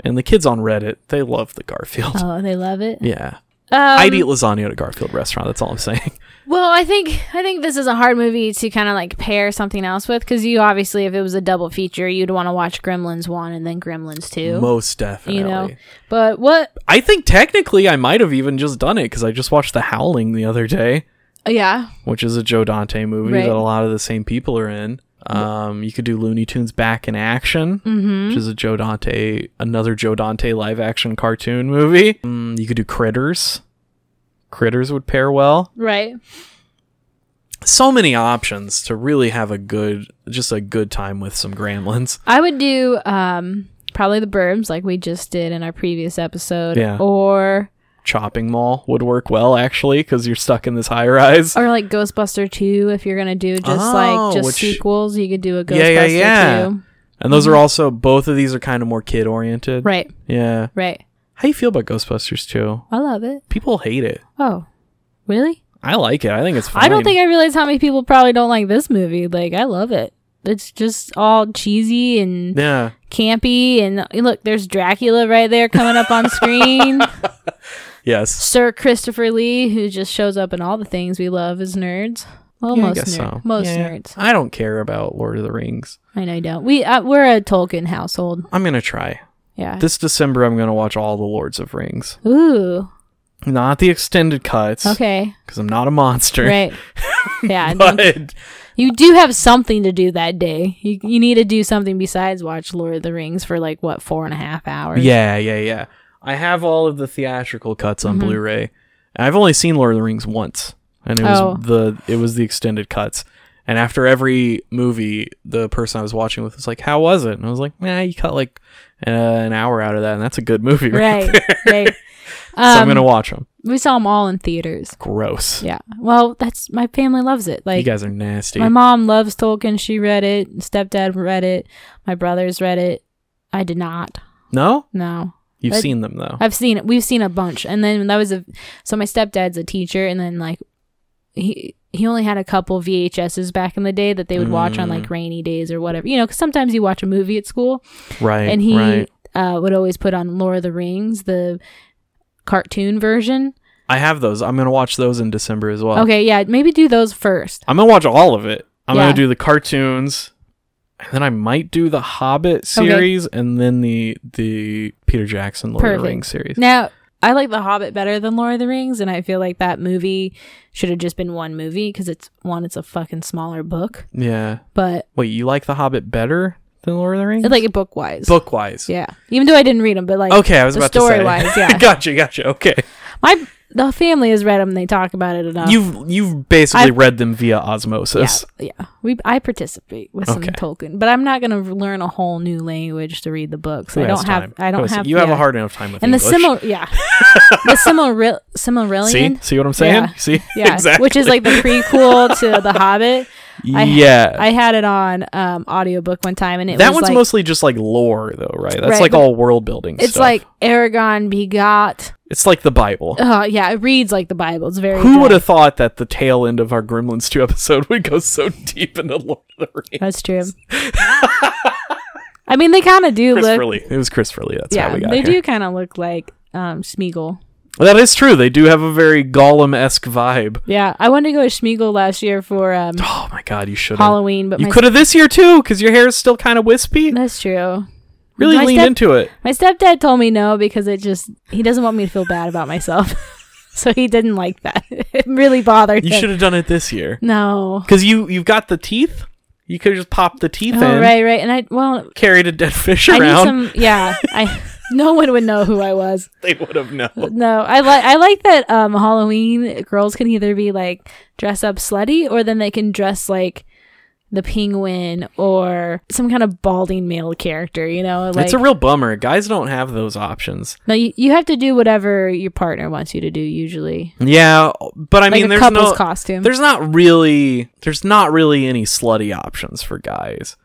D: and the kids on Reddit they love the Garfield.
C: Oh, they love it.
D: Yeah. I'd eat lasagna at a Garfield restaurant. That's all I'm saying.
C: Well, I think I think this is a hard movie to kind of like pair something else with because you obviously, if it was a double feature, you'd want to watch Gremlins one and then Gremlins two.
D: Most definitely.
C: you know, but what?
D: I think technically I might have even just done it because I just watched The Howling the other day,
C: Yeah,
D: which is a Joe Dante movie
C: Right.
D: that a lot of the same people are in. Um, you could do Looney Tunes Back in Action,
C: Mm-hmm.
D: which is a Joe Dante, another Joe Dante live action cartoon movie. Mm, you could do Critters. Critters would pair well.
C: right.
D: so many options to really have a good just a good time with some gremlins
C: I would do um probably the Burbs like we just did in our previous episode.
D: Yeah.
C: Or
D: chopping mall would work well actually because you're stuck in this high rise
C: or like Ghostbuster two if you're gonna do just
D: Oh,
C: like just
D: which-
C: sequels, you could do a Ghostbuster
D: Yeah, yeah, yeah.
C: two.
D: and those are also both of these are kind of more kid oriented
C: Right,
D: yeah
C: right.
D: how you feel about ghostbusters 2
C: I love it.
D: people hate it
C: Oh. Really?
D: i like it i think it's fine.
C: I don't think I realize how many people probably don't like this movie. Like I love it. It's just all cheesy and
D: yeah
C: campy and look, there's Dracula right there coming up on screen.
D: yes
C: Sir Christopher Lee, who just shows up in all the things we love as nerds. Well,
D: Yeah, I
C: most
D: guess
C: nerds.
D: so.
C: Most
D: Yeah.
C: nerds.
D: i don't care about lord of the rings
C: I know you don't. We uh, we're a Tolkien household.
D: i'm gonna try
C: Yeah.
D: this december i'm gonna watch all the lords of rings
C: Ooh.
D: not the extended cuts because
C: Okay.
D: i'm not a monster
C: Right. Yeah. don't-
D: but
C: you do have something to do that day. You you need to do something besides watch Lord of the Rings for like what four and a half hours.
D: Yeah, yeah, yeah. I have all of the theatrical cuts
C: Mm-hmm.
D: on Blu-ray. I've only seen Lord of the Rings once, and it
C: Oh.
D: was the it was the extended cuts. And after every movie, the person I was watching with was like, "How was it?" And I was like, "Nah, you cut like uh, an hour out of that, and that's a good movie, right?"
C: Right.
D: there."
C: right.
D: so I'm
C: Um,
D: gonna watch them.
C: we saw them all in theaters.
D: Gross.
C: Yeah. Well, that's my family loves it.
D: you
C: Like
D: guys are nasty.
C: My mom loves Tolkien. She read it. Stepdad read it. My brothers read it. I did not.
D: no,
C: No.
D: you've
C: I-
D: seen them though.
C: I've seen it. We've seen a bunch. And then that was a so my stepdad's a teacher and then like he he only had a couple VHSs back in the day that they would watch on
D: Mm.
C: like rainy days or whatever. You know, cuz sometimes you watch a movie at school
D: right.
C: and he
D: right.
C: uh, would always put on Lord of the Rings, the cartoon version.
D: I have those. I'm gonna watch those in December as well.
C: Okay, yeah, maybe do those first.
D: I'm gonna watch all of it. I'm
C: Yeah.
D: gonna do the cartoons, and then I might do the Hobbit series, and then the the Peter Jackson Lord of
C: Perfect.
D: the Rings series.
C: Now, I like The Hobbit better than Lord of the Rings, and I feel like that movie should have just been one movie because it's one, it's a fucking smaller book,
D: Yeah.
C: but
D: Wait, you like the Hobbit better than Lord of the Rings?
C: it's like a book wise.
D: book wise.
C: Yeah. Even though I didn't read them, but like,
D: Okay, I was
C: the
D: about to say.
C: story-wise, yeah.
D: gotcha, gotcha. Okay,
C: my the family has read them, they talk about it enough.
D: you've you've basically
C: Um, I've-
D: read them via
C: yeah,
D: osmosis.
C: yeah. We I participate with
D: Okay.
C: some Tolkien, but I'm not going to learn a whole new language to read the books.
D: Who
C: I
D: has
C: don't have
D: time?
C: I
D: Who
C: don't
D: has-
C: have
D: You have
C: yeah.
D: a hard enough time with
C: and the
D: English.
C: similar yeah the similar
D: See,
C: similarilian
D: see what I'm saying?
C: Yeah.
D: See,
C: yeah
D: exactly.
C: which is like the prequel to the Hobbit. I-
D: yeah.
C: I had it on um audiobook one time and it
D: that
C: was
D: one's
C: like,
D: mostly just like lore, though, right? That's
C: Right,
D: like
C: but
D: all world building.
C: it's
D: stuff.
C: like Aragon begot.
D: it's like the Bible.
C: Uh, yeah, it reads like the Bible. It's very
D: Who would
C: dry.
D: have thought that the tail end of our Gremlins 2 episode would go so deep into Lord of the Rings?
C: That's true. I mean, they kind of do
D: Chris
C: look.
D: Furley. It was Chris Furley. That's how
C: yeah,
D: we got
C: they
D: here.
C: do kind of look like um Smeagol.
D: That is true. They do have a very Gollum esque vibe.
C: Yeah, I wanted to go with Smeagol last year for um
D: Oh my god, you should have.
C: Halloween, but
D: You
C: my
D: could have this year too, because your hair is still kind of wispy.
C: that's true.
D: Really
C: my
D: lean
C: step-
D: into it.
C: My stepdad told me no because it just he doesn't want me to feel bad about myself, so he didn't like that. it really bothered
D: You
C: him.
D: should have done it this year.
C: No.
D: Because you, you've got the teeth. You could just pop the teeth
C: Oh,
D: in,
C: right, right, and I well,
D: carried a dead fish
C: I need
D: around.
C: some. Yeah, I no one would know who I was.
D: They would have known.
C: No, I like I like that um Halloween girls can either be like dress up slutty or then they can dress like the penguin or some kind of balding male character, you know? Like
D: it's a real bummer. Guys don't have those options.
C: No, you, you have to do whatever your partner wants you to do usually.
D: Yeah, but I
C: Like
D: mean,
C: a
D: there's
C: couple's
D: no
C: costume.
D: There's not really there's not really any slutty options for guys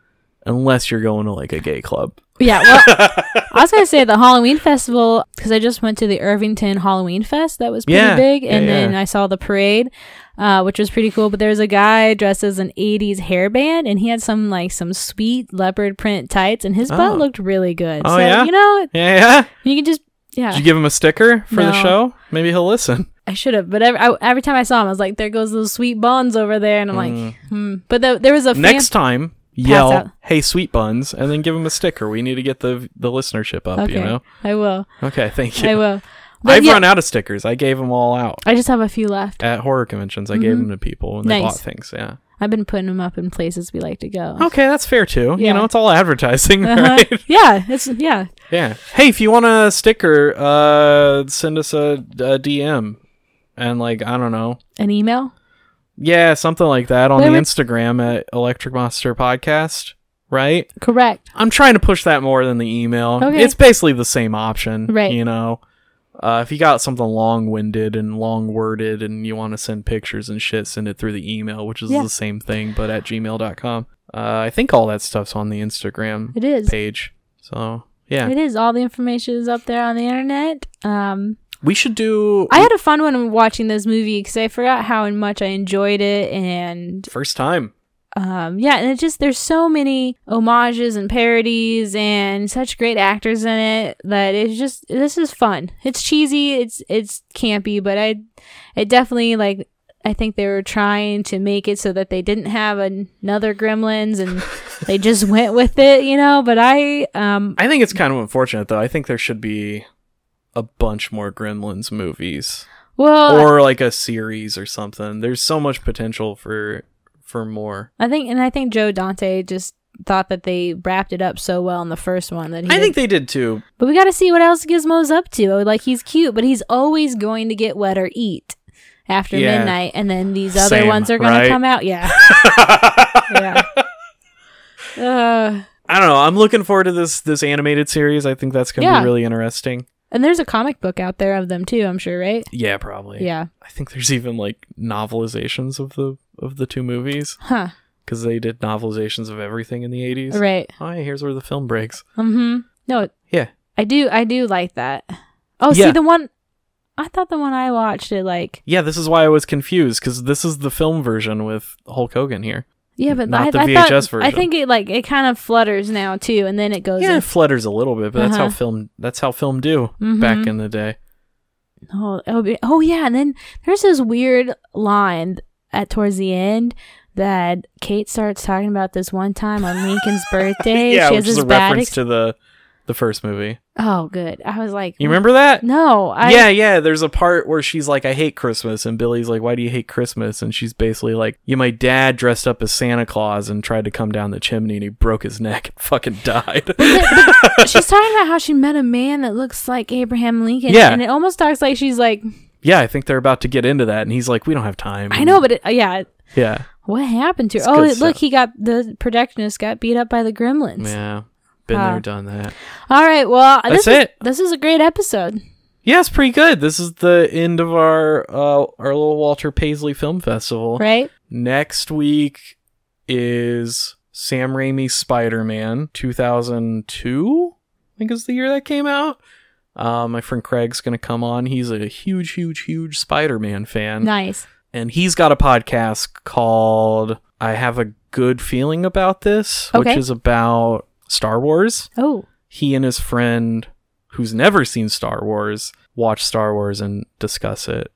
D: unless you're going to like a gay club.
C: Yeah, well I was gonna say the Halloween festival because I just went to the Irvington Halloween Fest that was pretty
D: Yeah,
C: big,
D: yeah,
C: and then
D: yeah.
C: I saw the parade, uh, which was pretty cool. But there was a guy dressed as an '80s hairband, and he had some like some sweet leopard print tights, and his
D: Oh.
C: butt looked really good. so
D: Oh, yeah?
C: you know
D: Yeah.
C: you can just Yeah,
D: Did you give him a sticker for the
C: No.
D: show? Maybe he'll listen.
C: I should have. But every, I, every time I saw him, I was like, "There goes those sweet buns over there," and I'm like, "Hmm." But the, there was a fan-
D: Mm. Next time, yell,
C: out.
D: "Hey, sweet buns," and then give him a sticker. We need to get the the listenership up.
C: Okay,
D: You know.
C: I will.
D: Okay, thank you.
C: I will. But
D: I've
C: yeah,
D: run out of stickers. I gave them all out
C: I just have a few left.
D: at horror conventions. I gave them to people when they
C: Mm-hmm. Nice.
D: bought things. Yeah.
C: I've been putting them up in places we like to go.
D: Okay, that's fair too.
C: Yeah.
D: You know, it's all advertising,
C: Uh-huh.
D: right?
C: yeah, it's yeah.
D: Yeah. Hey, if you want a sticker, uh, send us a, a DM, and like I don't know,
C: An email.
D: yeah, something like that on
C: Where
D: the
C: would-
D: Instagram at Electric Monster Podcast. Right.
C: Correct.
D: I'm trying to push that more than the email.
C: Okay.
D: It's basically the same option.
C: Right.
D: You know, uh, if you got something long winded and long worded and you want to send pictures and shit, send it through the email, which is
C: Yeah.
D: the same thing, but at gmail.com. Uh, I think all that stuff's on the Instagram
C: It is.
D: page. So, yeah.
C: It is. All the information is up there on the internet. Um,
D: We should do
C: I had a fun one watching this movie because I forgot how much I enjoyed it, and
D: first time.
C: um, yeah, and it just there's so many homages and parodies and such great actors in it that it's just this is fun. It's cheesy, it's it's campy, but I, it definitely like I think they were trying to make it so that they didn't have an- another Gremlins and they just went with it, you know. But I um
D: I think it's kind of unfortunate, though. I think there should be a bunch more Gremlins movies
C: well
D: or like a series or something. There's so much potential for for more.
C: I think, and I think Joe Dante just thought that they wrapped it up so well in the first one that he.
D: I
C: did-
D: think they did too.
C: but we got to see what else Gizmo's up to. Oh, Like he's cute, but he's always going to get wet or eat after
D: Yeah.
C: midnight, and then these other
D: Same,
C: ones are going
D: right?
C: to come out. Yeah, yeah. Uh,
D: I don't know. I'm looking forward to this this animated series. I think that's going to
C: Yeah.
D: be really interesting.
C: and there's a comic book out there of them too. I'm sure, right?
D: Yeah, probably.
C: Yeah.
D: I think there's even like novelizations of the of the two movies
C: Huh.
D: because they did novelizations of everything in the 80s.
C: Right.
D: Oh, yeah, here's where the film breaks.
C: Mm-hmm. No,
D: Yeah.
C: I do. I do like that. Oh, see
D: Yeah.
C: the one. I thought the one I watched it like
D: Yeah, this is why I was confused because this is the film version with Hulk Hogan here.
C: Yeah, but
D: Not
C: I,
D: the
C: I
D: VHS
C: thought, I
D: version.
C: think it like it kind of flutters now too, and then Oh, it goes.
D: Yeah,
C: Yeah.
D: it flutters a little bit, but that's how
C: Uh-huh.
D: film that's how film do
C: Mhm.
D: back in the day.
C: oh, it'll be- oh yeah, and then there's this weird line at towards the end that Kate starts talking about this one time on Lincoln's birthday.
D: yeah,
C: she
D: which
C: has
D: is
C: this
D: a
C: bad.
D: reference
C: ex-
D: to the the first movie.
C: oh, good. I was like,
D: You remember that?
C: No, I
D: yeah, yeah. There's a part where she's like, I hate Christmas. And Billy's like, Why do you hate Christmas? And she's basically like, Yeah, my dad dressed up as Santa Claus and tried to come down the chimney and he broke his neck and fucking died.
C: she's talking about how she met a man that looks like Abraham Lincoln.
D: Yeah.
C: and it almost talks like she's like,
D: yeah, I think they're about to get into that. And he's like, We don't have time.
C: I know, but it, yeah.
D: Yeah.
C: What happened to her?
D: Mm. It's
C: oh,
D: good
C: it, look,
D: stuff.
C: he got the projectionist got beat up by the gremlins.
D: Yeah. Been
C: Huh.
D: there, done that.
C: All right. Well,
D: That's
C: this is-
D: it.
C: This is a great episode.
D: Yeah, it's pretty good. This is the end of our uh, our little Walter Paisley Film Festival.
C: Right?
D: Next week is Sam Raimi's Spider Man 2002, I think is the year that came out. Uh, my friend Craig's going to come on. He's a huge, huge, huge Spider Man fan.
C: Nice.
D: And he's got a podcast called I Have a Good Feeling About This, which
C: Okay.
D: is about Star Wars.
C: Oh,
D: He and his friend, who's never seen Star Wars, watch Star Wars and discuss it.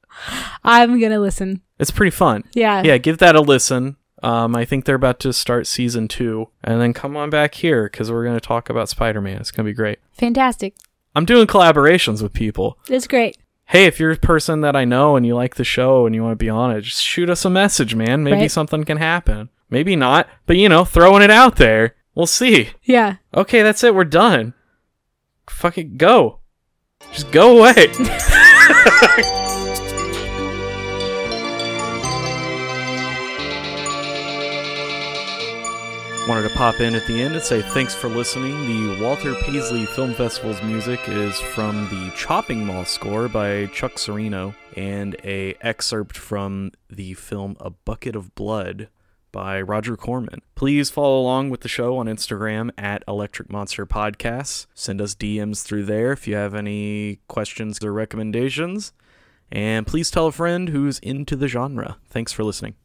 C: I'm gonna listen.
D: It's pretty fun
C: Yeah.
D: yeah, give that a listen. Um, I think they're about to start season two, and then come on back here because we're going to talk about Spider Man. It's going to be great.
C: Fantastic.
D: I'm doing collaborations with people.
C: It's great.
D: Hey, if you're a person that I know and you like the show and you want to be on it, just shoot us a message, man. Maybe
C: Right.
D: something can happen. Maybe not, but you know, throwing it out there. We'll see.
C: Yeah.
D: Okay, that's it. We're done. Fucking go. Just go away. Wanted to pop in at the end and say thanks for listening. The Walter Paisley Film Festival's music is from the Chopping Mall score by Chuck Serino and a excerpt from the film A Bucket of Blood by Roger Corman. Please follow along with the show on Instagram at Electric Monster Podcasts. Send us DMs through there if you have any questions or recommendations. And please tell a friend who's into the genre. Thanks for listening.